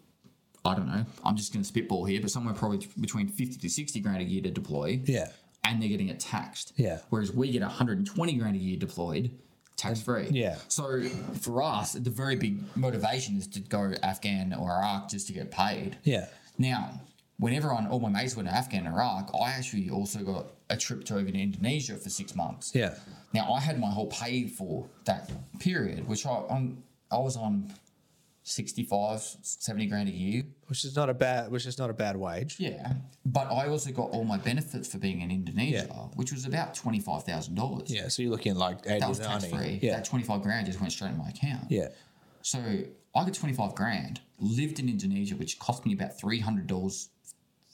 Speaker 1: I don't know. I'm just going to spitball here, but somewhere probably between 50 to 60 grand a year to deploy.
Speaker 2: Yeah.
Speaker 1: And they're getting it taxed.
Speaker 2: Yeah.
Speaker 1: Whereas we get 120 grand a year deployed tax free.
Speaker 2: Yeah.
Speaker 1: So for us, the very big motivation is to go Afghan or Iraq just to get paid.
Speaker 2: Yeah.
Speaker 1: Now, whenever on all my mates went to Afghan and Iraq, I actually also got a trip to over to Indonesia for six months.
Speaker 2: Yeah.
Speaker 1: Now I had my whole pay for that period, which I on I was on 65, 70 grand a year.
Speaker 2: Which is not a bad which is not a bad wage.
Speaker 1: Yeah. But I also got all my benefits for being in Indonesia,
Speaker 2: Yeah.
Speaker 1: which was about twenty five thousand dollars.
Speaker 2: Yeah, so you're looking like 80
Speaker 1: That was tax
Speaker 2: 90.
Speaker 1: free.
Speaker 2: Yeah.
Speaker 1: That twenty five grand just went straight in my account.
Speaker 2: yeah.
Speaker 1: So I got 25 grand, lived in Indonesia, which cost me about $300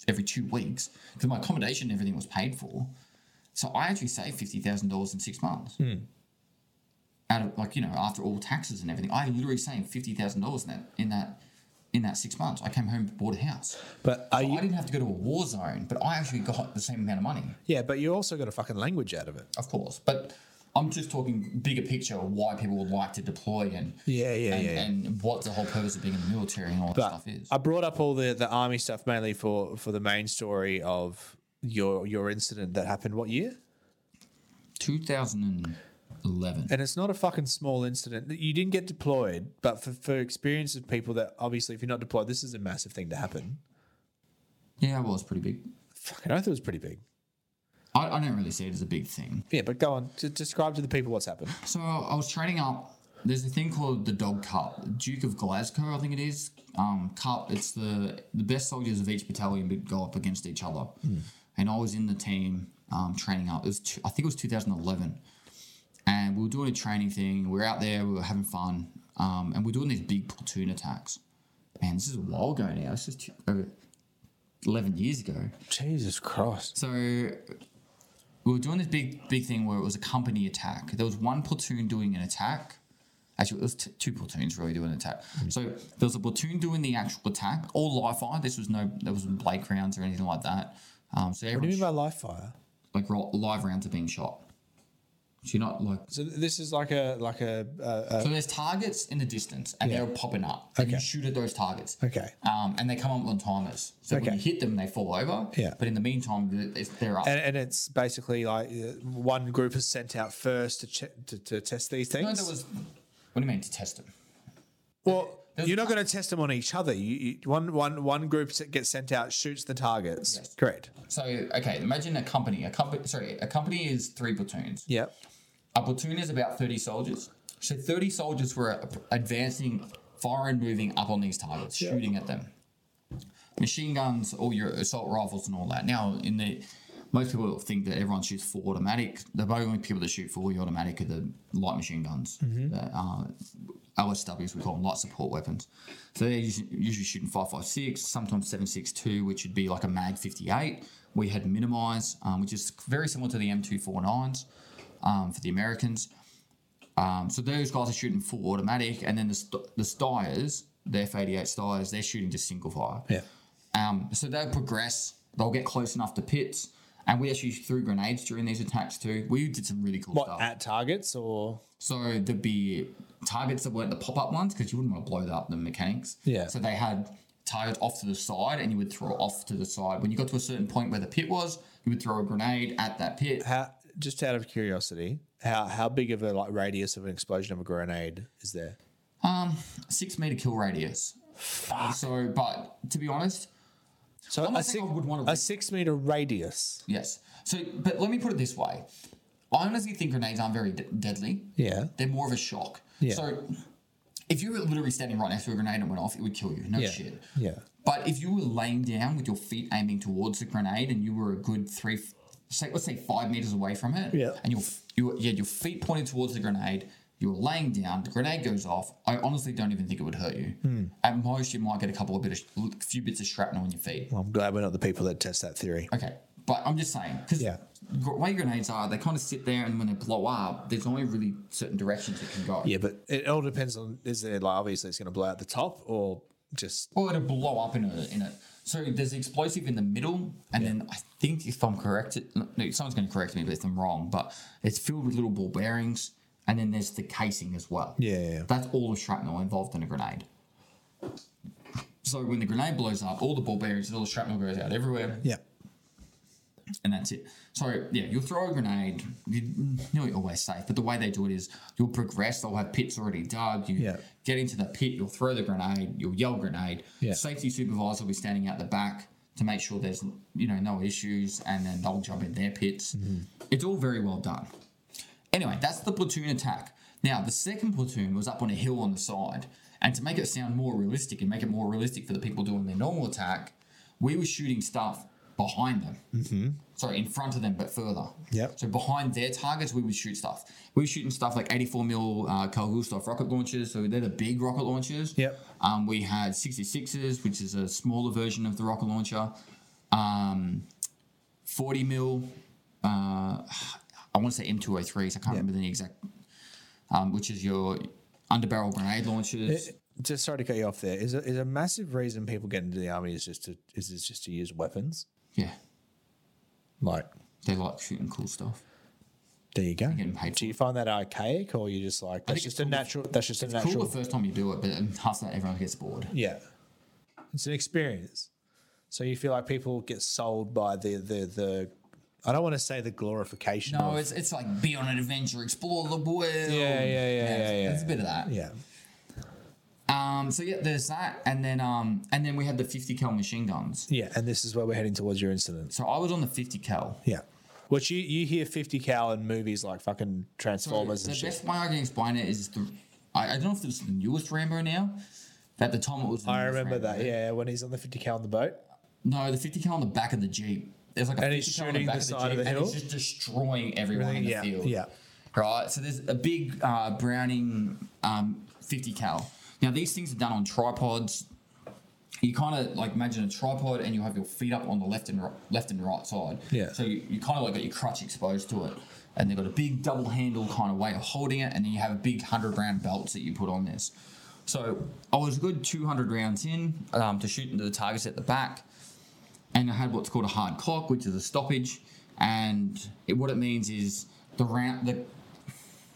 Speaker 1: every two weeks because my accommodation and everything was paid for. So I actually saved $50,000 in six months. Out of like, you know, after all taxes and everything, I literally saved $50,000 in that, in that, in that six months. I came home, bought a house.
Speaker 2: But are
Speaker 1: So I
Speaker 2: you
Speaker 1: didn't have to go to a war zone, but I actually got the same amount of money,
Speaker 2: Yeah, but you also got a fucking language out of it.
Speaker 1: of course. But I'm just talking bigger picture of why people would like to deploy and
Speaker 2: Yeah, yeah,
Speaker 1: and,
Speaker 2: yeah.
Speaker 1: and what the whole purpose of being in the military and all that
Speaker 2: but
Speaker 1: stuff is.
Speaker 2: I brought up all the the army stuff mainly for for the main story of your your incident that happened what year?
Speaker 1: 2011.
Speaker 2: And it's not a fucking small incident. You didn't get deployed, but for, for experience of people that obviously, if you're not deployed, this is a massive thing to happen.
Speaker 1: Yeah, well, it's pretty big.
Speaker 2: Fucking oath, it was pretty big.
Speaker 1: I, I don't really see it as a big thing.
Speaker 2: Yeah, but go on. To describe to the people what's happened.
Speaker 1: So I was training up. There's a thing called the Dog Cup, Duke of Glasgow, I think it is. Um, cup. It's the the best soldiers of each battalion would go up against each other. And I was in the team um, training up. It was two, I think it was 2011, and we were doing a training thing. We were out there. We were having fun, um, and we are doing these big platoon attacks. Man, this is a while ago now. This is two, over 11 years ago.
Speaker 2: Jesus Christ.
Speaker 1: So we were doing this big big thing where it was a company attack. There was one platoon doing an attack. Actually, it was t- two platoons really doing an attack.
Speaker 2: Mm-hmm.
Speaker 1: So there was a platoon doing the actual attack. All live fire. This was no there wasn't blade rounds or anything like that. Um, so
Speaker 2: What do
Speaker 1: everyone
Speaker 2: you mean by live fire?
Speaker 1: like ro- live rounds are being shot. So you're not like
Speaker 2: So this is like a like a uh,
Speaker 1: so there's targets in the distance and they're popping up. And you
Speaker 2: Okay.
Speaker 1: shoot at those targets.
Speaker 2: okay.
Speaker 1: Um, and they come up on timers. So when
Speaker 2: Okay.
Speaker 1: you hit them, they fall over.
Speaker 2: Yeah.
Speaker 1: But in the meantime, th- it's- they're up.
Speaker 2: And, and it's basically like uh, one group is sent out first to che to, to test these things.
Speaker 1: no, there was. What do you mean to test them?
Speaker 2: well,
Speaker 1: there was-
Speaker 2: you're not going to test them on each other. You, you, one one one group that gets sent out shoots the targets.
Speaker 1: Yes.
Speaker 2: Correct.
Speaker 1: So okay, imagine a company. A company, sorry, a company is three platoons.
Speaker 2: Yep.
Speaker 1: A platoon is about thirty soldiers. So thirty soldiers were advancing, far and moving up on these targets, shooting at them. Machine guns, all your assault rifles, and all that. Now, in the most people think that everyone shoots full automatic. The only people that shoot fully automatic are the light machine guns, the, uh, LSWs we call them, light support weapons. So they're usually, usually shooting 5.56, sometimes 7.62, which would be like a Mag 58. We had Minimize, um, which is very similar to the M249s um, for the Americans. Um, so those guys are shooting full automatic, and then the, st- the Styers, the F88 Styers, they're shooting just single fire.
Speaker 2: Yeah.
Speaker 1: Um, so they'll progress, they'll get close enough to pits, And we actually threw grenades during these attacks too. We did some really cool
Speaker 2: What
Speaker 1: stuff.
Speaker 2: at targets or
Speaker 1: So there'd be targets that weren't the pop up ones because you wouldn't want to blow up the mechanics.
Speaker 2: Yeah.
Speaker 1: So they had targets off to the side and you would throw off to the side. When you got to a certain point where the pit was, you would throw a grenade at that pit.
Speaker 2: how? Just out of curiosity, how how big of a like radius of an explosion of a grenade is there?
Speaker 1: Um, six meter kill radius. So, but to be honest,
Speaker 2: So
Speaker 1: I'm
Speaker 2: a
Speaker 1: not saying
Speaker 2: six,
Speaker 1: I would wanna
Speaker 2: a
Speaker 1: re-
Speaker 2: six meter radius.
Speaker 1: yes. So, but let me put it this way. I honestly think grenades aren't very d- deadly.
Speaker 2: Yeah.
Speaker 1: They're more of a shock.
Speaker 2: Yeah.
Speaker 1: So, if you were literally standing right next to a grenade and went off, it would kill you. No shit.
Speaker 2: Yeah.
Speaker 1: But if you were laying down with your feet aiming towards the grenade and you were a good three, say, let's say five meters away from it,
Speaker 2: Yeah.
Speaker 1: and your you yeah your feet pointed towards the grenade, you're laying down, the grenade goes off. I honestly don't even think it would hurt you.
Speaker 2: Hmm.
Speaker 1: At most, you might get a couple of bit of few bits of shrapnel on your feet.
Speaker 2: Well, I'm glad we're not the people that test that theory.
Speaker 1: Okay, but I'm just saying because
Speaker 2: Yeah.
Speaker 1: the way grenades are, they kind of sit there, and when they blow up, there's only really certain directions it can go.
Speaker 2: Yeah, but it all depends on is there like obviously it's going to blow out the top or just
Speaker 1: Or it'll blow up in a in a. So there's explosive in the middle, and then I think if I'm correct, it, no, someone's going to correct me if I'm wrong, but it's filled with little ball bearings, and then there's the casing as well.
Speaker 2: Yeah, yeah, yeah.
Speaker 1: that's all the shrapnel involved in a grenade. So when the grenade blows up, all the ball bearings, all the shrapnel goes out everywhere,
Speaker 2: yeah.
Speaker 1: and that's it. So yeah, you'll throw a grenade. You know you're always safe, but the way they do it is you'll progress. They'll have pits already dug. You
Speaker 2: Yeah.
Speaker 1: get into the pit. You'll throw the grenade. You'll yell grenade.
Speaker 2: Yeah.
Speaker 1: Safety supervisor will be standing out the back to make sure there's you know no issues, and then they'll jump in their pits.
Speaker 2: Mm-hmm.
Speaker 1: It's all very well done. Anyway, that's the platoon attack. Now, the second platoon was up on a hill on the side, and to make it sound more realistic and make it more realistic for the people doing their normal attack, we were shooting stuff behind them. Mm-hmm. Sorry, in front of them, but further.
Speaker 2: Yep.
Speaker 1: So behind their targets, we would shoot stuff. We were shooting stuff like 84 mil uh, Carl Gustav rocket launchers, so they're the big rocket launchers.
Speaker 2: Yep.
Speaker 1: Um, we had 66s, which is a smaller version of the rocket launcher. Um, 40 mil. Uh, I want to say M203s. I can't remember the exact. Um, which is your underbarrel grenade launchers.
Speaker 2: Just sorry to cut you off there. Is a, is a massive reason people get into the army is just to is, is just to use weapons.
Speaker 1: yeah,
Speaker 2: Like
Speaker 1: they like shooting cool stuff.
Speaker 2: there you go.
Speaker 1: getting paid
Speaker 2: Do you find that archaic or you just like that's
Speaker 1: think
Speaker 2: just
Speaker 1: it's
Speaker 2: a
Speaker 1: cool.
Speaker 2: natural? That's just a
Speaker 1: Cool
Speaker 2: natural.
Speaker 1: the first time you do it, but after that, everyone gets bored.
Speaker 2: Yeah, it's an experience. So you feel like people get sold by the the the. I don't want to say the glorification.
Speaker 1: No,
Speaker 2: of,
Speaker 1: it's it's like be on an adventure, explore the world. Yeah,
Speaker 2: yeah, yeah, yeah, yeah.
Speaker 1: It's a bit of that.
Speaker 2: yeah,
Speaker 1: Um, so yeah, there's that, and then um, and then we had the 50 cal machine guns.
Speaker 2: yeah, and this is where we're heading towards your incidents.
Speaker 1: So I was on the 50 cal.
Speaker 2: Yeah, which you you hear fifty cal in movies like fucking Transformers
Speaker 1: the
Speaker 2: and shit.
Speaker 1: best way I can explain it is the I, I don't know if it's the newest Rambo now. At the time, it was. The
Speaker 2: I
Speaker 1: newest
Speaker 2: remember
Speaker 1: Rambo.
Speaker 2: that. Yeah, when he's on the fifty cal on the boat.
Speaker 1: No, the 50 cal on the back of the jeep. There's like a
Speaker 2: And he's
Speaker 1: 50 cal
Speaker 2: shooting
Speaker 1: on
Speaker 2: the
Speaker 1: the back
Speaker 2: side
Speaker 1: of
Speaker 2: of
Speaker 1: the jeep,
Speaker 2: the
Speaker 1: and
Speaker 2: hill?
Speaker 1: it's just destroying everyone in the
Speaker 2: Yeah,
Speaker 1: field.
Speaker 2: yeah.
Speaker 1: Right. So there's a big uh, Browning um, 50 cal. Now these things are done on tripods. You kind of like imagine a tripod, and you have your feet up on the left and ri- left and right side.
Speaker 2: Yeah.
Speaker 1: So you, you kind of like got your crutch exposed to it, and they've got a big double handle kind of way of holding it, and then you have a big hundred round belts that you put on this. So I was a good 200 rounds in um, to shoot into the targets at the back and I had what's called a hard clock, which is a stoppage, and it, what it means is the round the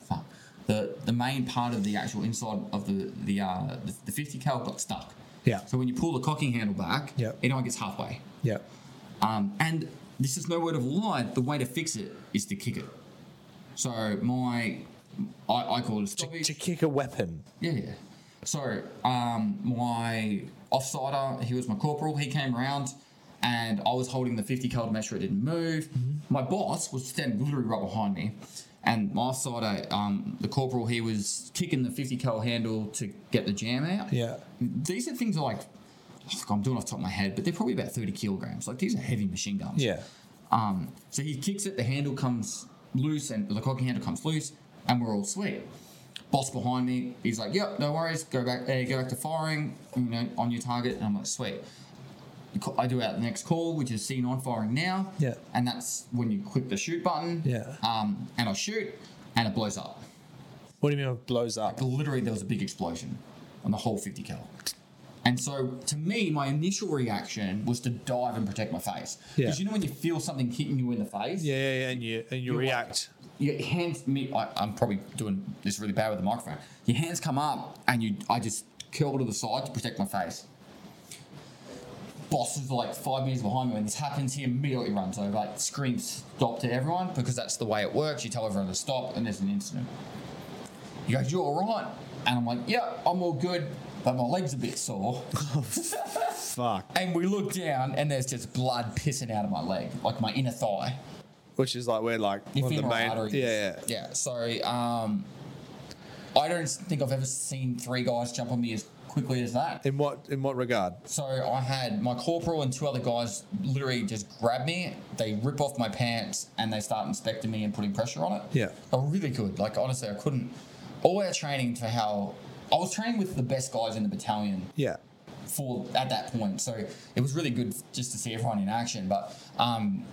Speaker 1: fuck, the the main part of the actual inside of the the uh, the, the 50 cal got stuck.
Speaker 2: Yeah.
Speaker 1: So when you pull the cocking handle back,
Speaker 2: Yep.
Speaker 1: it only gets halfway.
Speaker 2: Yeah,
Speaker 1: Um, and this is no word of a lie. The way to fix it is to kick it. So my I, I call it a
Speaker 2: to,
Speaker 1: stoppage.
Speaker 2: to kick a weapon.
Speaker 1: Yeah, yeah. So, um, my offsider, he was my corporal, he came around and I was holding the 50 cal to make sure it didn't move. My boss was standing literally right behind me. And my offsider, um, the corporal, he was kicking the 50 cal handle to get the jam out.
Speaker 2: Yeah.
Speaker 1: These are things that are like, fuck, I'm doing off the top of my head, but they're probably about 30 kilograms. Like, these are heavy machine guns.
Speaker 2: Yeah,
Speaker 1: Um, so he kicks it, the handle comes loose, and the cocking handle comes loose, and we're all sweet. Boss behind me, he's like, "Yep, no worries. Go back, uh, go back to firing. You know, on your target." And I'm like, "Sweet." The co- I do out the next call, which is seen on firing now.
Speaker 2: Yeah.
Speaker 1: And that's when you click the shoot button.
Speaker 2: Yeah.
Speaker 1: Um, and I shoot, and it blows up.
Speaker 2: What do you mean it blows up?
Speaker 1: Literally, there was a big explosion on the whole 50 cal, And so, to me, my initial reaction was to dive and protect my face. Because
Speaker 2: Yeah.
Speaker 1: you know when you feel something hitting you in the face?
Speaker 2: Yeah, yeah, yeah, and you and you react.
Speaker 1: Your hands, me, I, I'm probably doing this really bad with the microphone. Your hands come up and you, I just curl to the side to protect my face. Boss is like five minutes behind me when this happens. He immediately runs over, screams stop to everyone because that's the way it works. You tell everyone to stop and there's an incident. He goes, You're all right. And I'm like, Yeah, I'm all good, but my leg's a bit sore.
Speaker 2: Fuck.
Speaker 1: And we look down, and there's just blood pissing out of my leg, like my inner thigh.
Speaker 2: Which is like we're like
Speaker 1: Your
Speaker 2: one of the
Speaker 1: femoral
Speaker 2: main.
Speaker 1: arteries.
Speaker 2: Yeah, yeah.
Speaker 1: Yeah, so um, I don't think I've ever seen three guys jump on me as quickly as that.
Speaker 2: In what in what regard?
Speaker 1: So I had my corporal and two other guys literally just grab me. They rip off my pants and they start inspecting me and putting pressure on it.
Speaker 2: Yeah.
Speaker 1: I really could. Like honestly, I couldn't. All our training for how I was training with the best guys in the battalion
Speaker 2: Yeah.
Speaker 1: for at that point. So it was really good just to see everyone in action. But um,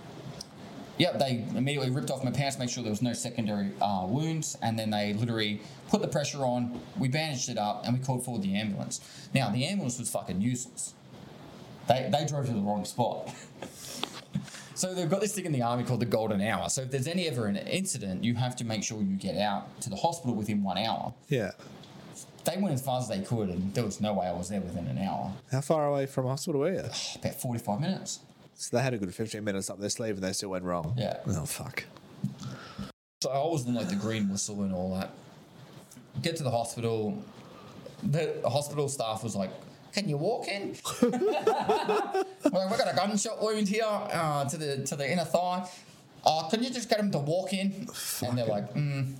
Speaker 1: yeah, they immediately ripped off my pants, make sure there was no secondary uh, wounds, and then they literally put the pressure on. We bandaged it up, and we called forward the ambulance. Now the ambulance was fucking useless. They they drove to the wrong spot. So they've got this thing in the army called the golden hour. So if there's any ever an incident, you have to make sure you get out to the hospital within one hour.
Speaker 2: Yeah.
Speaker 1: They went as fast as they could, and there was no way I was there within an hour.
Speaker 2: How far away from hospital were you?
Speaker 1: about 45 minutes.
Speaker 2: So they had a good 15 minutes up their sleeve and they still went wrong.
Speaker 1: Yeah.
Speaker 2: Oh, fuck.
Speaker 1: So I was in like the green whistle and all that. Get to the hospital. The hospital staff was like, "Can you walk in?" We're like, "We got a gunshot wound here uh, to the to the inner thigh. Uh, can you just get him to walk in?" And they're like, mm.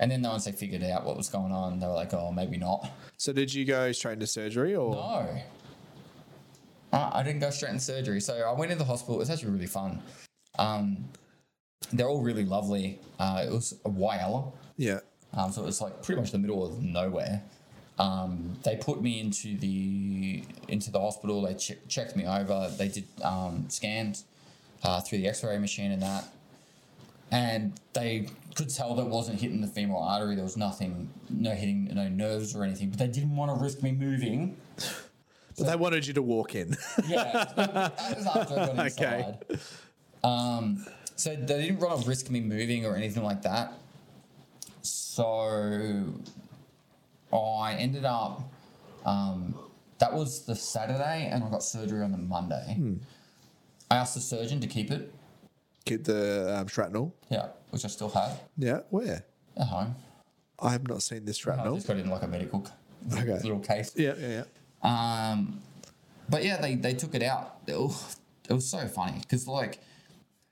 Speaker 1: And then once they figured out what was going on, they were like, "Oh, maybe not."
Speaker 2: So did you go straight into surgery or?
Speaker 1: No. Uh, Oh. I didn't go straight in surgery. So I went into the hospital. It was actually really fun. Um, they're all really lovely. Uh, it was a while.
Speaker 2: Yeah.
Speaker 1: Um, so it was like pretty much the middle of nowhere. Um, they put me into the into the hospital. They che- checked me over. They did um, scans uh, through the X-ray machine and that. And they could tell that it wasn't hitting the femoral artery. There was nothing, no hitting, no nerves or anything. But they didn't want to risk me moving.
Speaker 2: But they wanted you to walk in.
Speaker 1: Yeah, that was after I got
Speaker 2: Okay.
Speaker 1: inside. Um, so they didn't want to risk me moving or anything like that. So I ended up. Um, that was the Saturday, and I got surgery on the Monday.
Speaker 2: Hmm.
Speaker 1: I asked the surgeon to keep it.
Speaker 2: Get the um, shrapnel.
Speaker 1: Yeah, which I still have
Speaker 2: Yeah. Where?
Speaker 1: at home.
Speaker 2: I have not seen this
Speaker 1: I
Speaker 2: shrapnel.
Speaker 1: just got it in like a medical c-
Speaker 2: Okay.
Speaker 1: little case.
Speaker 2: Yeah, yeah, yeah.
Speaker 1: Um, but yeah, they, they took it out. It was, it was so funny because like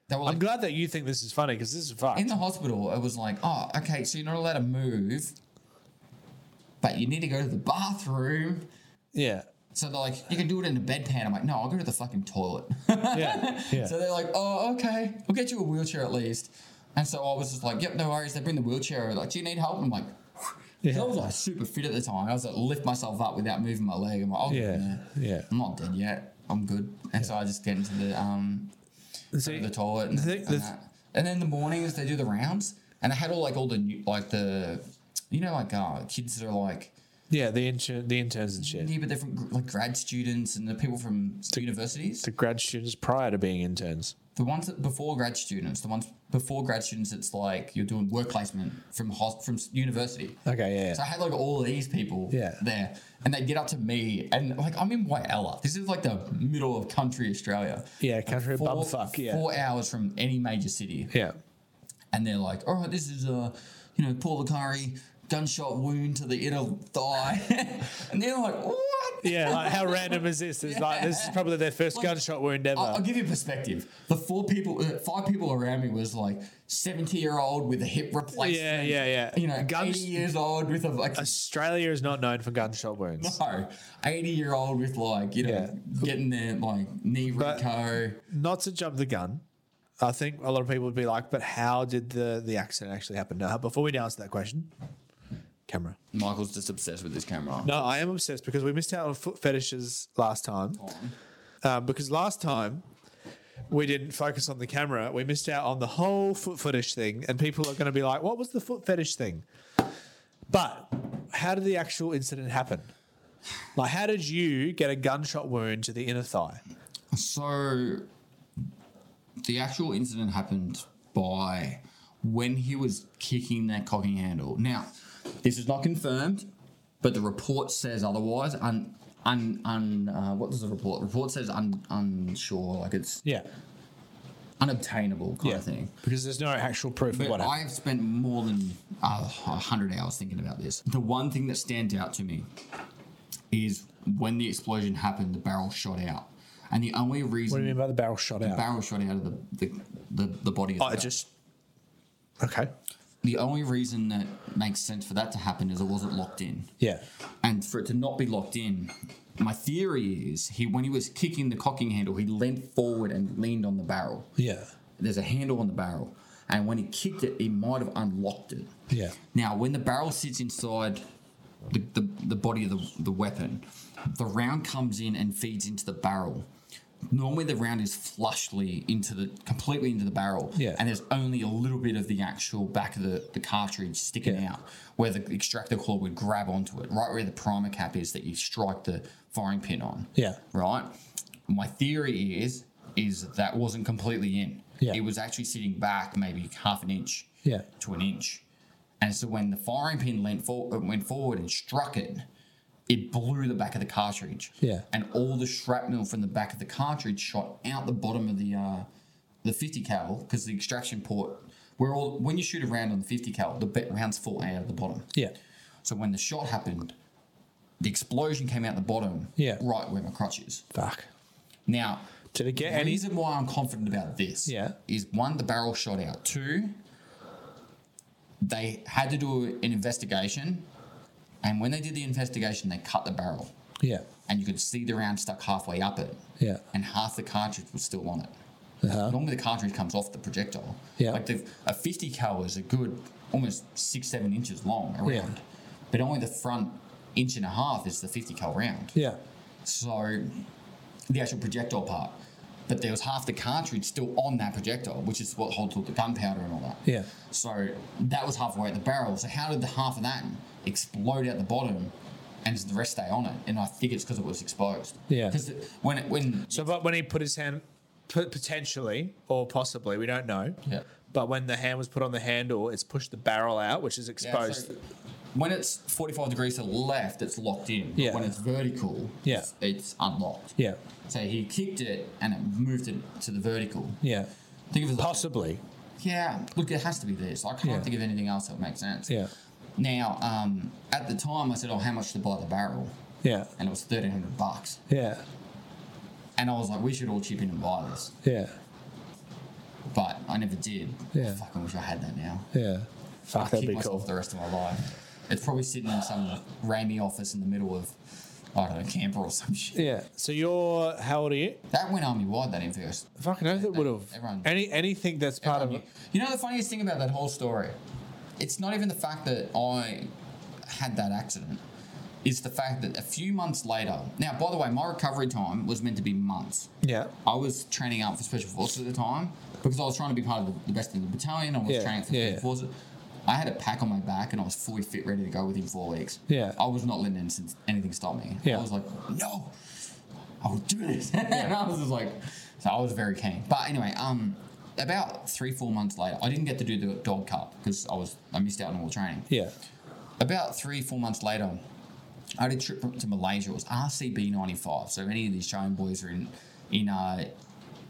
Speaker 1: they were like,
Speaker 5: I'm glad that you think this is funny because this is fucked.
Speaker 1: in the hospital, it was like, oh, okay, so you're not allowed to move, but you need to go to the bathroom.
Speaker 5: yeah.
Speaker 1: So they're like, you can do it in a bedpan. I'm like, no, I'll go to the fucking toilet.
Speaker 5: Yeah. yeah.
Speaker 1: So they're like, oh, okay, we'll get you a wheelchair at least. And so I was just like, yep, no worries. They bring the wheelchair. Like, do you need help? I'm like, 'cause I was like super fit at the time. I was like, lift myself up without moving my leg. I'm like, oh,
Speaker 5: Yeah,
Speaker 1: yeah,
Speaker 5: yeah.
Speaker 1: I'm not dead yet. I'm good. And so I just get into the um,
Speaker 5: See,
Speaker 1: the toilet and,
Speaker 5: the-
Speaker 1: and
Speaker 5: the-
Speaker 1: that. And then the mornings they do the rounds, and they had all like all the new, like the, you know, like uh, kids that are like
Speaker 5: yeah, the intern, the interns and shit.
Speaker 1: yeah, but they're from gr- like grad students and the people from universities,
Speaker 5: The grad students prior to being interns.
Speaker 1: the ones that before grad students, the ones before grad students, it's like you're doing work placement from hos- from s- university.
Speaker 5: Okay, Oh, yeah, yeah.
Speaker 1: So I had like all of these people
Speaker 5: Yeah.
Speaker 1: there, and they get up to me, and like I'm in Waiella. This is like the middle of country Australia.
Speaker 5: Yeah, country
Speaker 1: Four,
Speaker 5: bumfuck. Yeah.
Speaker 1: four hours from any major city.
Speaker 5: Yeah.
Speaker 1: and they're like, all right, this is uh, you know, Paul Akari gunshot wound to the inner thigh, and they're like, what?
Speaker 5: Yeah, like how random is this? It's like this is probably their first
Speaker 1: Like,
Speaker 5: gunshot wound ever.
Speaker 1: I'll, I'll give you perspective. The four people, uh, five people around me was like seventy year old with a hip replacement.
Speaker 5: Yeah, yeah, yeah.
Speaker 1: You know,
Speaker 5: Guns-
Speaker 1: eighty years old with a like.
Speaker 5: Australia is not known for gunshot wounds.
Speaker 1: no, 80 year old with like, you know,
Speaker 5: Yeah.
Speaker 1: getting their like knee
Speaker 5: But-
Speaker 1: reco.
Speaker 5: Not to jump the gun. I think a lot of people would be like, but how did the, the accident actually happen? Now, before we answer that question, camera.
Speaker 1: Michael's just obsessed with this camera.
Speaker 5: No, I am obsessed because we missed out on foot fetishes last time. Um, because last time we didn't focus on the camera, we missed out on the whole foot fetish thing, and people are going to be like, "What was the foot fetish thing?" But how did the actual incident happen? Like, how did you get a gunshot wound to the inner thigh?
Speaker 1: So the actual incident happened by when he was kicking that cocking handle. Now, this is not confirmed, but the report says otherwise. Un, un, un, uh, what does the report? The report says un, unsure, like it's
Speaker 5: Yeah,
Speaker 1: unobtainable kind
Speaker 5: yeah.
Speaker 1: of thing.
Speaker 5: Because there's no actual proof of
Speaker 1: But
Speaker 5: what happened.
Speaker 1: I've spent more than uh, 100 hours thinking about this. The one thing that stands out to me is when the explosion happened, the barrel shot out. And the only reason.
Speaker 5: What do you mean by the barrel shot out?
Speaker 1: barrel shot out of the the, the, the body. Of
Speaker 5: Oh,
Speaker 1: the
Speaker 5: it
Speaker 1: guy.
Speaker 5: just okay.
Speaker 1: the only reason that makes sense for that to happen is it wasn't locked in,
Speaker 5: Yeah,
Speaker 1: and for it to not be locked in, my theory is he when he was kicking the cocking handle, he leant forward and leaned on the barrel.
Speaker 5: yeah,
Speaker 1: There's a handle on the barrel, and when he kicked it, he might have unlocked it.
Speaker 5: yeah.
Speaker 1: Now, when the barrel sits inside the, the, the body of the, the weapon, the round comes in and feeds into the barrel. Normally, the round is flushly into the completely into the barrel,
Speaker 5: Yeah.
Speaker 1: and there's only a little bit of the actual back of the, the cartridge sticking
Speaker 5: Yeah.
Speaker 1: out where the extractor claw would grab onto it, right where the primer cap is that you strike the firing pin on.
Speaker 5: Yeah.
Speaker 1: Right? My theory is is that wasn't completely in.
Speaker 5: Yeah.
Speaker 1: It was actually sitting back maybe half an inch
Speaker 5: Yeah.
Speaker 1: to an inch. And so when the firing pin leant for- uh, went forward and struck it, it blew the back of the cartridge.
Speaker 5: Yeah.
Speaker 1: And all the shrapnel from the back of the cartridge shot out the bottom of the uh, the 50 cal because the extraction port, where all when you shoot a round on the 50 cal, the be- rounds fall out of the bottom.
Speaker 5: Yeah.
Speaker 1: So when the shot happened, the explosion came out the bottom,
Speaker 5: Yeah.
Speaker 1: right where my crotch is.
Speaker 5: Fuck.
Speaker 1: Now,
Speaker 5: Did it get
Speaker 1: the
Speaker 5: any?
Speaker 1: reason why I'm confident about this
Speaker 5: Yeah.
Speaker 1: is one, the barrel shot out. Two, they had to do an investigation, and when they did the investigation, they cut the barrel,
Speaker 5: Yeah.
Speaker 1: and you could see the round stuck halfway up it,
Speaker 5: Yeah.
Speaker 1: and half the cartridge was still on it.
Speaker 5: Uh-huh.
Speaker 1: Normally, the cartridge comes off the projectile.
Speaker 5: Yeah.
Speaker 1: like the, a 50 cal is a good almost six, seven inches long around,
Speaker 5: Yeah.
Speaker 1: but only the front inch and a half is the 50 cal round.
Speaker 5: Yeah.
Speaker 1: So the actual projectile part. But there was half the cartridge still on that projectile, which is what holds all the gunpowder and all that.
Speaker 5: Yeah.
Speaker 1: So that was halfway at the barrel. So how did the half of that explode out the bottom and does the rest stay on it? And I think it's because it was exposed.
Speaker 5: Yeah.
Speaker 1: Because when it, when
Speaker 5: So, but when he put his hand, put potentially or possibly, we don't know.
Speaker 1: Yeah.
Speaker 5: But when the hand was put on the handle, it's pushed the barrel out, which is
Speaker 1: Yeah, so
Speaker 5: exposed.
Speaker 1: when it's 45 degrees to the left, it's locked in. But
Speaker 5: Yeah.
Speaker 1: When it's vertical,
Speaker 5: Yeah.
Speaker 1: it's, it's unlocked.
Speaker 5: Yeah.
Speaker 1: So he kicked it and it moved it to the vertical.
Speaker 5: Yeah.
Speaker 1: Think of it like-
Speaker 5: Possibly.
Speaker 1: Yeah, look, it has to be this. I can't
Speaker 5: Yeah.
Speaker 1: think of anything else that would make sense.
Speaker 5: Yeah.
Speaker 1: Now, um, at the time, I said, "Oh, how much to buy the barrel?"
Speaker 5: Yeah.
Speaker 1: And it was thirteen hundred bucks.
Speaker 5: Yeah.
Speaker 1: And I was like, "We should all chip in and buy this,"
Speaker 5: Yeah.
Speaker 1: but I never did.
Speaker 5: Yeah.
Speaker 1: I fucking wish I had that now.
Speaker 5: Yeah. Fuck,
Speaker 1: I
Speaker 5: that'd
Speaker 1: kick
Speaker 5: be
Speaker 1: myself
Speaker 5: cool.
Speaker 1: the rest of my life. It's probably sitting in some Ramey office in the middle of, I don't know, Canberra or some shit.
Speaker 5: Yeah. So you're how old are you?
Speaker 1: That went army wide. That inverse.
Speaker 5: Fucking oath, it would have.
Speaker 1: Everyone-
Speaker 5: Any anything that's part of
Speaker 1: you. You know the funniest thing about that whole story? It's not even the fact that I had that accident. It's the fact that a few months later. Now, by the way, my recovery time was meant to be months.
Speaker 5: Yeah.
Speaker 1: I was training up for special forces at the time because I was trying to be part of the, the best in the battalion. I was
Speaker 5: Yeah,
Speaker 1: training for
Speaker 5: yeah,
Speaker 1: special
Speaker 5: yeah.
Speaker 1: forces. I had a pack on my back and I was fully fit, ready to go within four weeks.
Speaker 5: Yeah.
Speaker 1: I was not letting anything, anything stop me.
Speaker 5: Yeah.
Speaker 1: I was like, no, I will do this. and I was just like, so I was very keen. But anyway, um, about three, four months later, I didn't get to do the dog cup because I was I missed out on all the training.
Speaker 5: Yeah.
Speaker 1: About three, four months later, I did a trip to Malaysia. It was RCB 95. So any of these Australian boys are in in uh,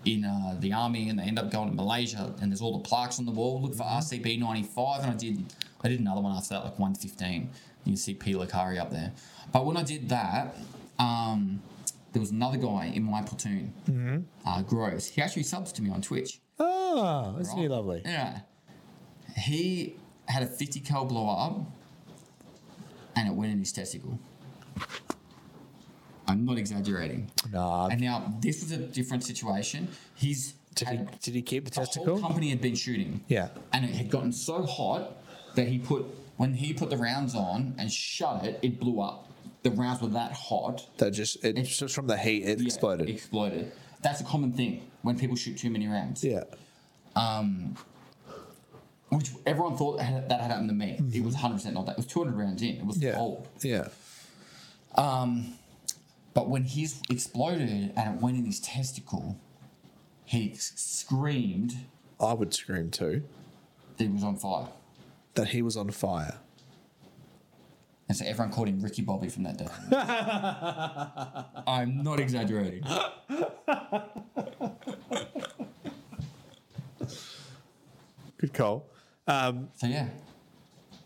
Speaker 1: in uh, the army and they end up going to Malaysia and there's all the plaques on the wall. Look for RCB 95 and I did I did another one after that like 115. You can see P. Lakari up there. But when I did that, um, there was another guy in my platoon, uh, Groves. He actually subs to me on Twitch.
Speaker 5: Oh, isn't he lovely?
Speaker 1: Yeah. He had a 50 cal blow up and it went in his testicle. I'm not exaggerating.
Speaker 5: Nah.
Speaker 1: And now this was a different situation. He's
Speaker 5: Did he,
Speaker 1: had,
Speaker 5: did he keep the
Speaker 1: the whole
Speaker 5: testicle?
Speaker 1: company had been shooting.
Speaker 5: Yeah.
Speaker 1: And it had gotten so hot that he put when he put the rounds on and shut it, it blew up. The rounds were that hot
Speaker 5: That just it, just from the heat it
Speaker 1: yeah, Exploded. That's a common thing when people shoot too many rounds.
Speaker 5: Yeah.
Speaker 1: which everyone thought had, that had happened to me. It was 100% not that. It was 200 rounds in. It was
Speaker 5: Yeah.
Speaker 1: cold.
Speaker 5: Yeah.
Speaker 1: Um, but when his exploded and it went in his testicle, he s- screamed
Speaker 5: I would scream too
Speaker 1: that he was on fire.
Speaker 5: that he was on fire.
Speaker 1: And so everyone called him Ricky Bobby from that day. I'm not exaggerating.
Speaker 5: Good call.
Speaker 1: So yeah.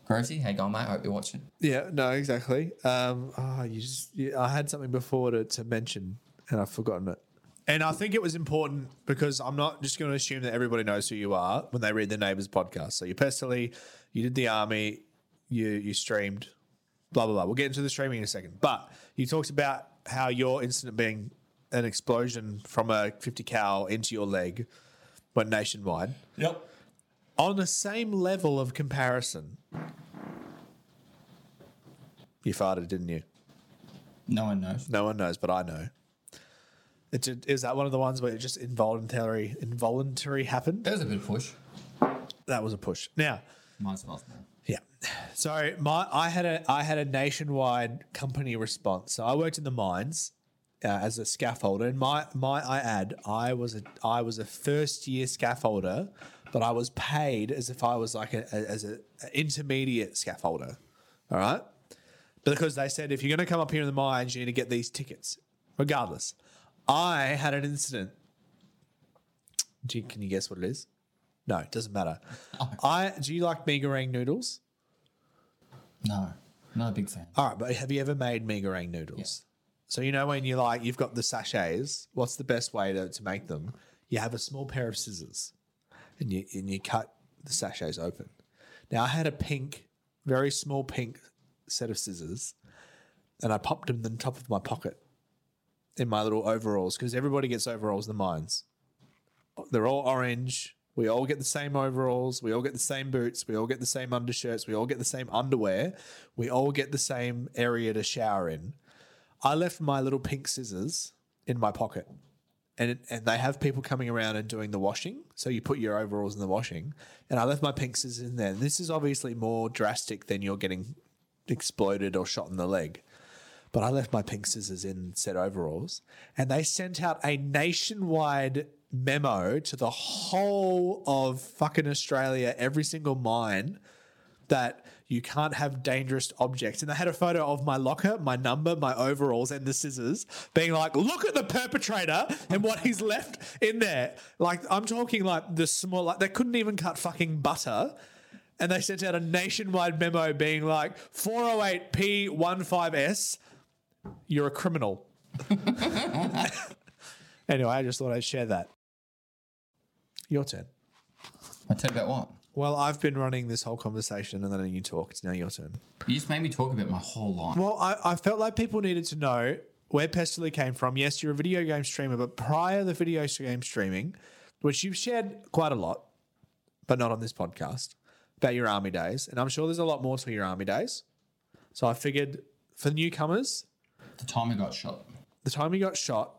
Speaker 1: Grovesy, hey going mate, hope you're watching.
Speaker 5: Yeah, no, exactly. Um, ah, you just, you, I had something before to, to mention and I've forgotten it.
Speaker 2: And I think it was important because I'm not just going to assume that everybody knows who you are when they read the neighbors podcast. So you personally, you did the army, you you streamed, blah blah blah. We'll get into the streaming in a second, but you talked about how your incident being an explosion from a 50 cal into your leg went nationwide.
Speaker 1: Yep.
Speaker 2: On the same level of comparison, you farted, didn't you?
Speaker 1: No one knows.
Speaker 2: No one knows, but I know. It's a, is that one of the ones where it just involuntary involuntary happened?
Speaker 1: That was a bit of push.
Speaker 2: That was a push. Now,
Speaker 1: Might as well.
Speaker 2: yeah. So my I had a I had a nationwide company response. So I worked in the mines uh, as a scaffolder, and my my I add I was a I was a first year scaffolder, but I was paid as if I was like a, a- as a an intermediate scaffolder. All right, because they said if you're going to come up here in the mines, you need to get these tickets, regardless. I had an incident. Do you, can you guess what it is? No, it doesn't matter. I do you like mee goreng noodles?
Speaker 1: No. Not a big fan.
Speaker 2: All right, but have you ever made mee goreng noodles? So you know when you like you've got the sachets, what's the best way to, to make them? You have a small pair of scissors and you and you cut the sachets open. Now I had a pink, very small pink set of scissors, and I popped them in the top of my pocket in my little overalls, because everybody gets overalls in the mines. They're all orange. We all get the same overalls. We all get the same boots. We all get the same undershirts. We all get the same underwear. We all get the same area to shower in. I left my little pink scissors in my pocket. And, and they have people coming around and doing the washing. So you put your overalls in the washing. And I left my pink scissors in there. And this is obviously more drastic than you're getting exploded or shot in the leg. But I left my pink scissors in said overalls. And they sent out a nationwide memo to the whole of fucking Australia, every single mine that you can't have dangerous objects. And they had a photo of my locker, my number, my overalls, and the scissors, being like, look at the perpetrator and what he's left in there. Like, I'm talking like the small, like, they couldn't even cut fucking butter. And they sent out a nationwide memo being like, 408P15S, you're a criminal. anyway, I just thought I'd share that. Your turn.
Speaker 1: I tell you about what?
Speaker 2: Well, I've been running this whole conversation and then you talked. Now your turn.
Speaker 1: You just made me talk about my whole life.
Speaker 2: Well, I, I felt like people needed to know where Pesterly came from. Yes, you're a video game streamer, but prior to the video game streaming, which you've shared quite a lot, but not on this podcast, about your army days. And I'm sure there's a lot more to your army days. So I figured for newcomers,
Speaker 1: The time I got shot.
Speaker 2: the time you got shot,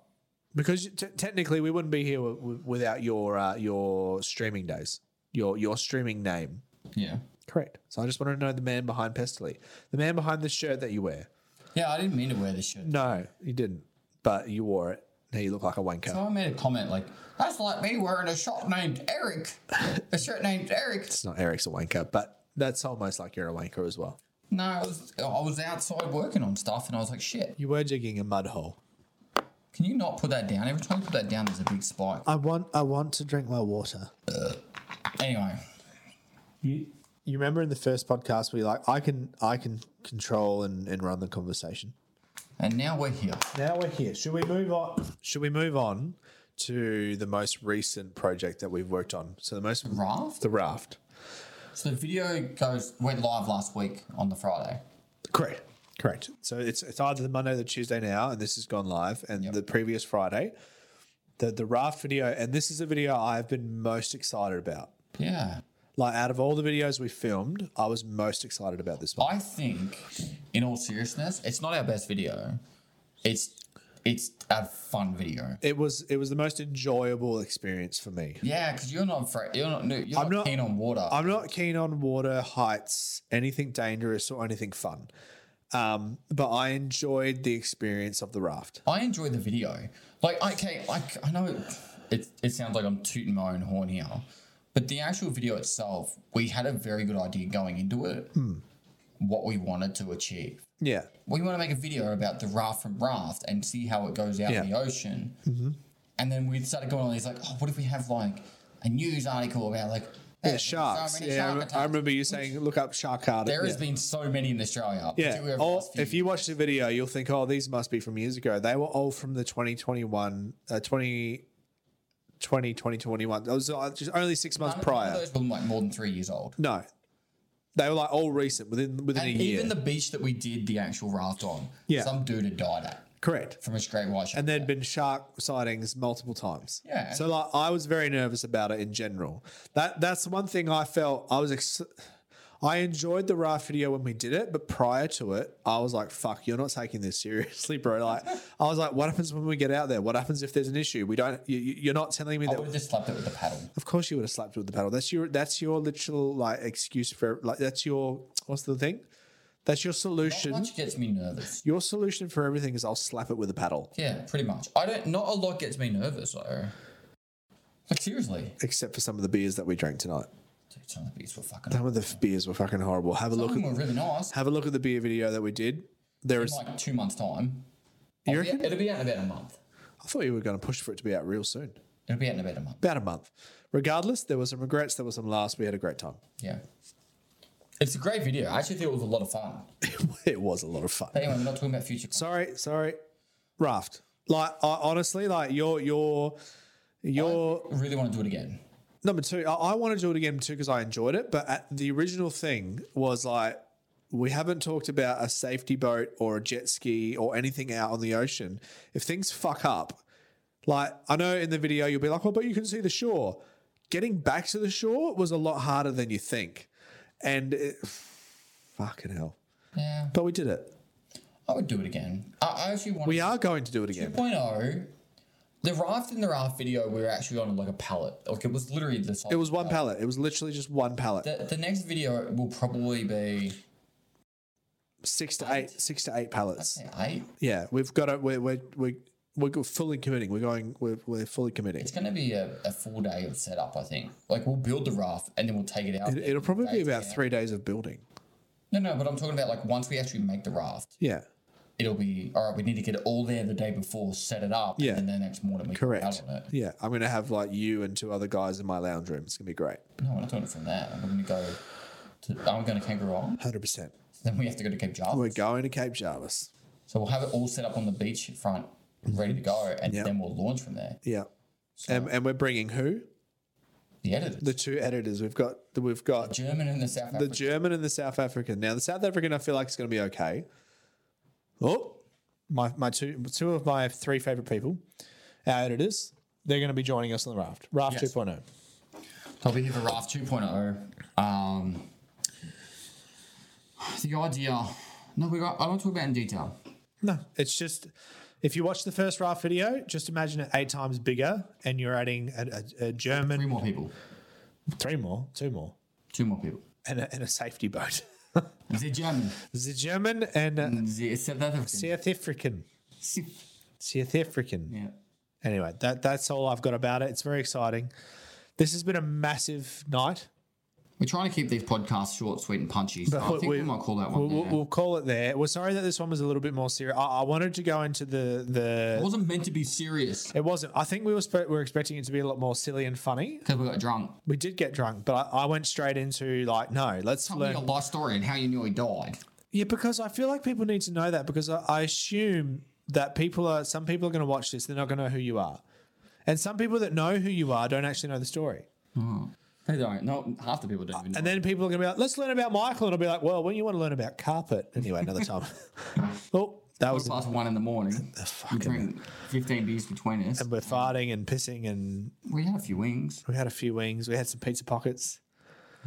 Speaker 2: because t- technically we wouldn't be here w- w- without your uh, your streaming days, your your streaming name.
Speaker 1: Yeah.
Speaker 2: Correct. So I just wanted to know the man behind Pesterly, the man behind the shirt that you wear.
Speaker 1: Yeah, I didn't mean to wear this shirt.
Speaker 2: No, you didn't, but you wore it. Now you look like a wanker.
Speaker 1: Someone made a comment like, that's like me wearing a shirt named Eric. A shirt named Eric.
Speaker 2: it's not Eric's a wanker, but that's almost like you're a wanker as well.
Speaker 1: No, I was, I was outside working on stuff and I was like, shit,
Speaker 2: You were digging a mud hole.
Speaker 1: can you not put that down? Every time you put that down, there's a big spike.
Speaker 2: I want, I want to drink my water.
Speaker 1: Anyway,
Speaker 2: You, you remember in the first podcast we like, I can, I can control and, and run the conversation.
Speaker 1: and now we're here.
Speaker 2: Now we're here. Should we move on? Should we move on to the most recent project that we've worked on? So the most
Speaker 1: Raft?
Speaker 2: the raft.
Speaker 1: So the video goes went live last week on the Friday.
Speaker 2: Correct. Correct. So it's it's either the Monday or the Tuesday now, and this has gone live, and the previous Friday, the the raft video, and this is the video I've been most excited about.
Speaker 1: Yeah.
Speaker 2: Like out of all the videos we filmed, I was most excited about this one.
Speaker 1: I think, in all seriousness, it's not our best video. It's it's a fun video.
Speaker 2: It was it was the most enjoyable experience for me.
Speaker 1: Yeah, because you're not afraid. You're not. You're not,
Speaker 2: I'm not-
Speaker 1: keen on water.
Speaker 2: I'm not keen on water, heights, anything dangerous or anything fun. Um, but I enjoyed the experience of the raft.
Speaker 1: I enjoy the video. Like, I- okay, I, I know it, it sounds like I'm tooting my own horn here, but the actual video itself, we had a very good idea going into it,
Speaker 2: Hmm.
Speaker 1: what we wanted to achieve.
Speaker 2: Yeah.
Speaker 1: We want to make a video about the raft from raft and see how it goes out
Speaker 2: Yeah. Mm-hmm.
Speaker 1: in the ocean. And then we started going on these like, oh, what if we have like a news article about like
Speaker 2: Yeah,
Speaker 1: hey,
Speaker 2: sharks.
Speaker 1: so many
Speaker 2: yeah, I
Speaker 1: shark
Speaker 2: rem- I
Speaker 1: attacks.
Speaker 2: remember you saying, look up shark card.
Speaker 1: There
Speaker 2: yeah.
Speaker 1: has been so many in Australia.
Speaker 2: Yeah.
Speaker 1: particularly over the
Speaker 2: Or
Speaker 1: last few
Speaker 2: if you watch the video, you'll think, oh, these must be from years ago. They were all from the 2021, uh, 2020, 2021. That was uh, just only six months
Speaker 1: None of
Speaker 2: prior.
Speaker 1: those were like more than three years old.
Speaker 2: No. They were like all recent within within
Speaker 1: And
Speaker 2: a year.
Speaker 1: even the beach that we did the actual raft on,
Speaker 2: Yeah.
Speaker 1: some dude had died at
Speaker 2: Correct.
Speaker 1: from a great white shark.
Speaker 2: and there'd been shark sightings multiple times.
Speaker 1: Yeah.
Speaker 2: So like, I was very nervous about it in general. That that's the one thing I felt I was. Ex- I enjoyed the raft video when we did it, but prior to it, I was like, "Fuck, you're not taking this seriously, bro." Like, I was like, "What happens when we get out there? What happens if there's an issue? We don't. You, you- you're not telling me
Speaker 1: I
Speaker 2: that."
Speaker 1: would have just slapped it with a paddle.
Speaker 2: of course, you would have slapped it with the paddle. That's your that's your literal like excuse for like that's your what's the thing? That's your solution.
Speaker 1: Much gets me nervous.
Speaker 2: Your solution for everything is I'll slap it with a paddle,
Speaker 1: Yeah, pretty much. I don't. Not a lot gets me nervous though. Like seriously,
Speaker 2: except for some of the beers that we drank tonight.
Speaker 1: dude, some of the beats were fucking.
Speaker 2: Some of the f- beers were fucking horrible. Have a
Speaker 1: Some
Speaker 2: look
Speaker 1: of them were
Speaker 2: at
Speaker 1: really nice.
Speaker 2: have a look at the beer video that we did. There
Speaker 1: In
Speaker 2: is.
Speaker 1: like oh, two months time.
Speaker 2: You
Speaker 1: It'll
Speaker 2: reckon?
Speaker 1: be, it'll be out in about a month.
Speaker 2: I thought you were going to push for it to be out real soon.
Speaker 1: It'll be out in about a month.
Speaker 2: About a month. Regardless, there was some regrets. There was some laughs. We had a great time.
Speaker 1: Yeah. It's a great video. I actually think it was a lot of fun.
Speaker 2: it was a lot of fun.
Speaker 1: But anyway, we're not talking about future. content.
Speaker 2: Sorry, sorry. Raft. Like I, honestly, like your your your
Speaker 1: I really want to do it again.
Speaker 2: number two. I, I want to do it again too because I enjoyed it. But at, the original thing was like we haven't talked about a safety boat or a jet ski or anything out on the ocean. If things fuck up, Like, I know in the video you'll be like, oh, but you can see the shore. Getting back to the shore was a lot harder than you think. And it, fucking hell.
Speaker 1: Yeah,
Speaker 2: But we did it.
Speaker 1: I would do it again. I, I actually want.
Speaker 2: We are going to do it again.
Speaker 1: 2.0. oh, The raft in the raft video, we were actually on like a pallet. Like it was literally the size.
Speaker 2: It was one pallet. It was literally just one pallet.
Speaker 1: The, the next video will probably be
Speaker 2: Six to eight, six to eight pallets.
Speaker 1: say, eight.
Speaker 2: Yeah, we've got it. We're, we're, we're, we're fully committing. We're going, we're, we're fully committing.
Speaker 1: It's going to be a, a full day of setup, I think. Like we'll build the raft and then we'll take it out.
Speaker 2: It,
Speaker 1: there
Speaker 2: it'll
Speaker 1: for
Speaker 2: probably be
Speaker 1: days
Speaker 2: about
Speaker 1: together.
Speaker 2: three days of building.
Speaker 1: No, no, but I'm talking about like once we actually make the raft,
Speaker 2: Yeah,
Speaker 1: it'll be all right. We need to get it all there the day before, set it up,
Speaker 2: Yeah.
Speaker 1: and then the next morning we can
Speaker 2: correct.
Speaker 1: out on it.
Speaker 2: Yeah, I'm going to have like you and two other guys in my lounge room. It's going to be great.
Speaker 1: No, we're not doing it from that. I'm going to go. To, I'm going to Kangaroo Island.
Speaker 2: 100%.
Speaker 1: Then we have to go to Cape Jarvis.
Speaker 2: We're going to Cape Jarvis.
Speaker 1: So we'll have it all set up on the beach front, ready to go, and
Speaker 2: Yep.
Speaker 1: then we'll launch from there.
Speaker 2: Yeah. and, and we're bringing who?
Speaker 1: The editor,
Speaker 2: The
Speaker 1: the
Speaker 2: two editors. We've got we've got
Speaker 1: German and the South
Speaker 2: the
Speaker 1: African.
Speaker 2: German and the South African. Now the South African I feel like is going to be okay. Oh,
Speaker 6: My, my two two of my three favorite people, our editors, they're going to be joining us on the raft. Raft
Speaker 1: Yes.
Speaker 6: 2.0.
Speaker 2: oh.
Speaker 1: I'll be here for Raft 2.0. Um, the idea. No, we got. I don't talk about it in detail.
Speaker 6: No, it's just if you watch the first raft video, just imagine it eight times bigger, and you're adding a, a, a
Speaker 1: Three
Speaker 6: German,
Speaker 1: more people.
Speaker 6: three more, two more,
Speaker 1: Two more people.
Speaker 6: and a, and a safety boat.
Speaker 1: The German,
Speaker 6: the German and uh, a
Speaker 1: the South African.
Speaker 6: South African, South African.
Speaker 1: Yeah.
Speaker 6: Anyway, that that's all I've got about it. It's very exciting. This has been a massive night.
Speaker 1: We're trying to keep these podcasts short, sweet, and punchy. So Oh, I think we, might call that one.
Speaker 6: We'll, we'll-
Speaker 1: there.
Speaker 6: we'll call it there. We're sorry that this one was a little bit more serious. I, I wanted to go into the the.
Speaker 1: it wasn't meant to be serious
Speaker 6: It wasn't. I think we were, spe- we were expecting it to be a lot more silly and funny.
Speaker 1: because we got drunk.
Speaker 6: We did get drunk, but I, I went straight into like, no, let's
Speaker 1: Tell me
Speaker 6: learn.
Speaker 1: your life story and how you nearly died.
Speaker 6: Yeah, because I feel like people need to know that because I, I assume that people are, some people are going to watch this, they're not going to know who you are. And some people that know who you are don't actually know the story.
Speaker 1: They don't. No, half the people don't even. know.
Speaker 6: And then people are going to be like, let's learn about Michael. And I'll be like, well, when you want to learn about carpet. Anyway, another time. oh, that was.
Speaker 1: Quarter past one in the morning. We drink 15 beers between us.
Speaker 6: We're farting and pissing, and
Speaker 1: We had a few wings.
Speaker 6: we had a few wings. We had some pizza pockets.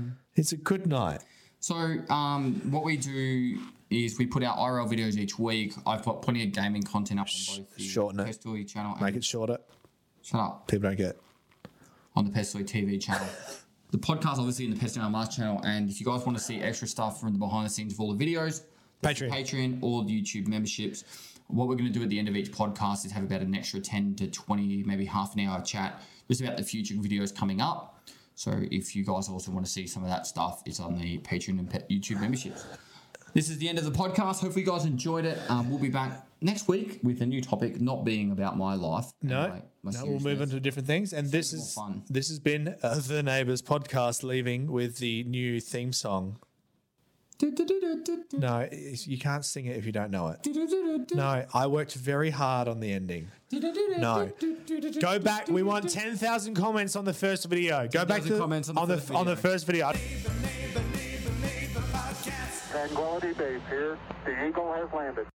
Speaker 1: Mm.
Speaker 6: It's a good night.
Speaker 1: So, um, what we do is we put out IRL videos each week. I've got plenty of gaming content up on both the
Speaker 6: shorten it.
Speaker 1: Pestoy channel
Speaker 6: Make
Speaker 1: and
Speaker 6: it shorter.
Speaker 1: shut up
Speaker 6: People don't get it.
Speaker 1: on the Pestoy TV channel. the podcast, obviously, in the Pestoy and Master channel. And if you guys want to see extra stuff from the behind the scenes of all the videos,
Speaker 2: Patreon.
Speaker 1: Patreon or the YouTube memberships. What we're going to do at the end of each podcast is have about an extra 10 to 20, maybe half an hour chat just about the future videos coming up. So if you guys also want to see some of that stuff, it's on the Patreon and Pe- YouTube memberships. This is the end of the podcast. Hopefully, you guys enjoyed it. Um, we'll be back next week with a new topic, not being about my life. and
Speaker 2: No,
Speaker 1: my- my
Speaker 2: no, we'll move
Speaker 1: seriousness.
Speaker 2: on to different things. And this
Speaker 1: more
Speaker 2: is
Speaker 1: fun.
Speaker 2: this has been uh, the Neighbours podcast, leaving with the new theme song. No, it's- you can't sing it if you don't know it. No, I worked very hard on the ending. No, go back. We want ten thousand comments on the first video. Go back
Speaker 1: 10,000
Speaker 2: to
Speaker 1: comments on the
Speaker 2: on the
Speaker 1: first
Speaker 2: on the
Speaker 1: video.
Speaker 2: first video.
Speaker 4: Tranquility Base here. The Eagle has landed.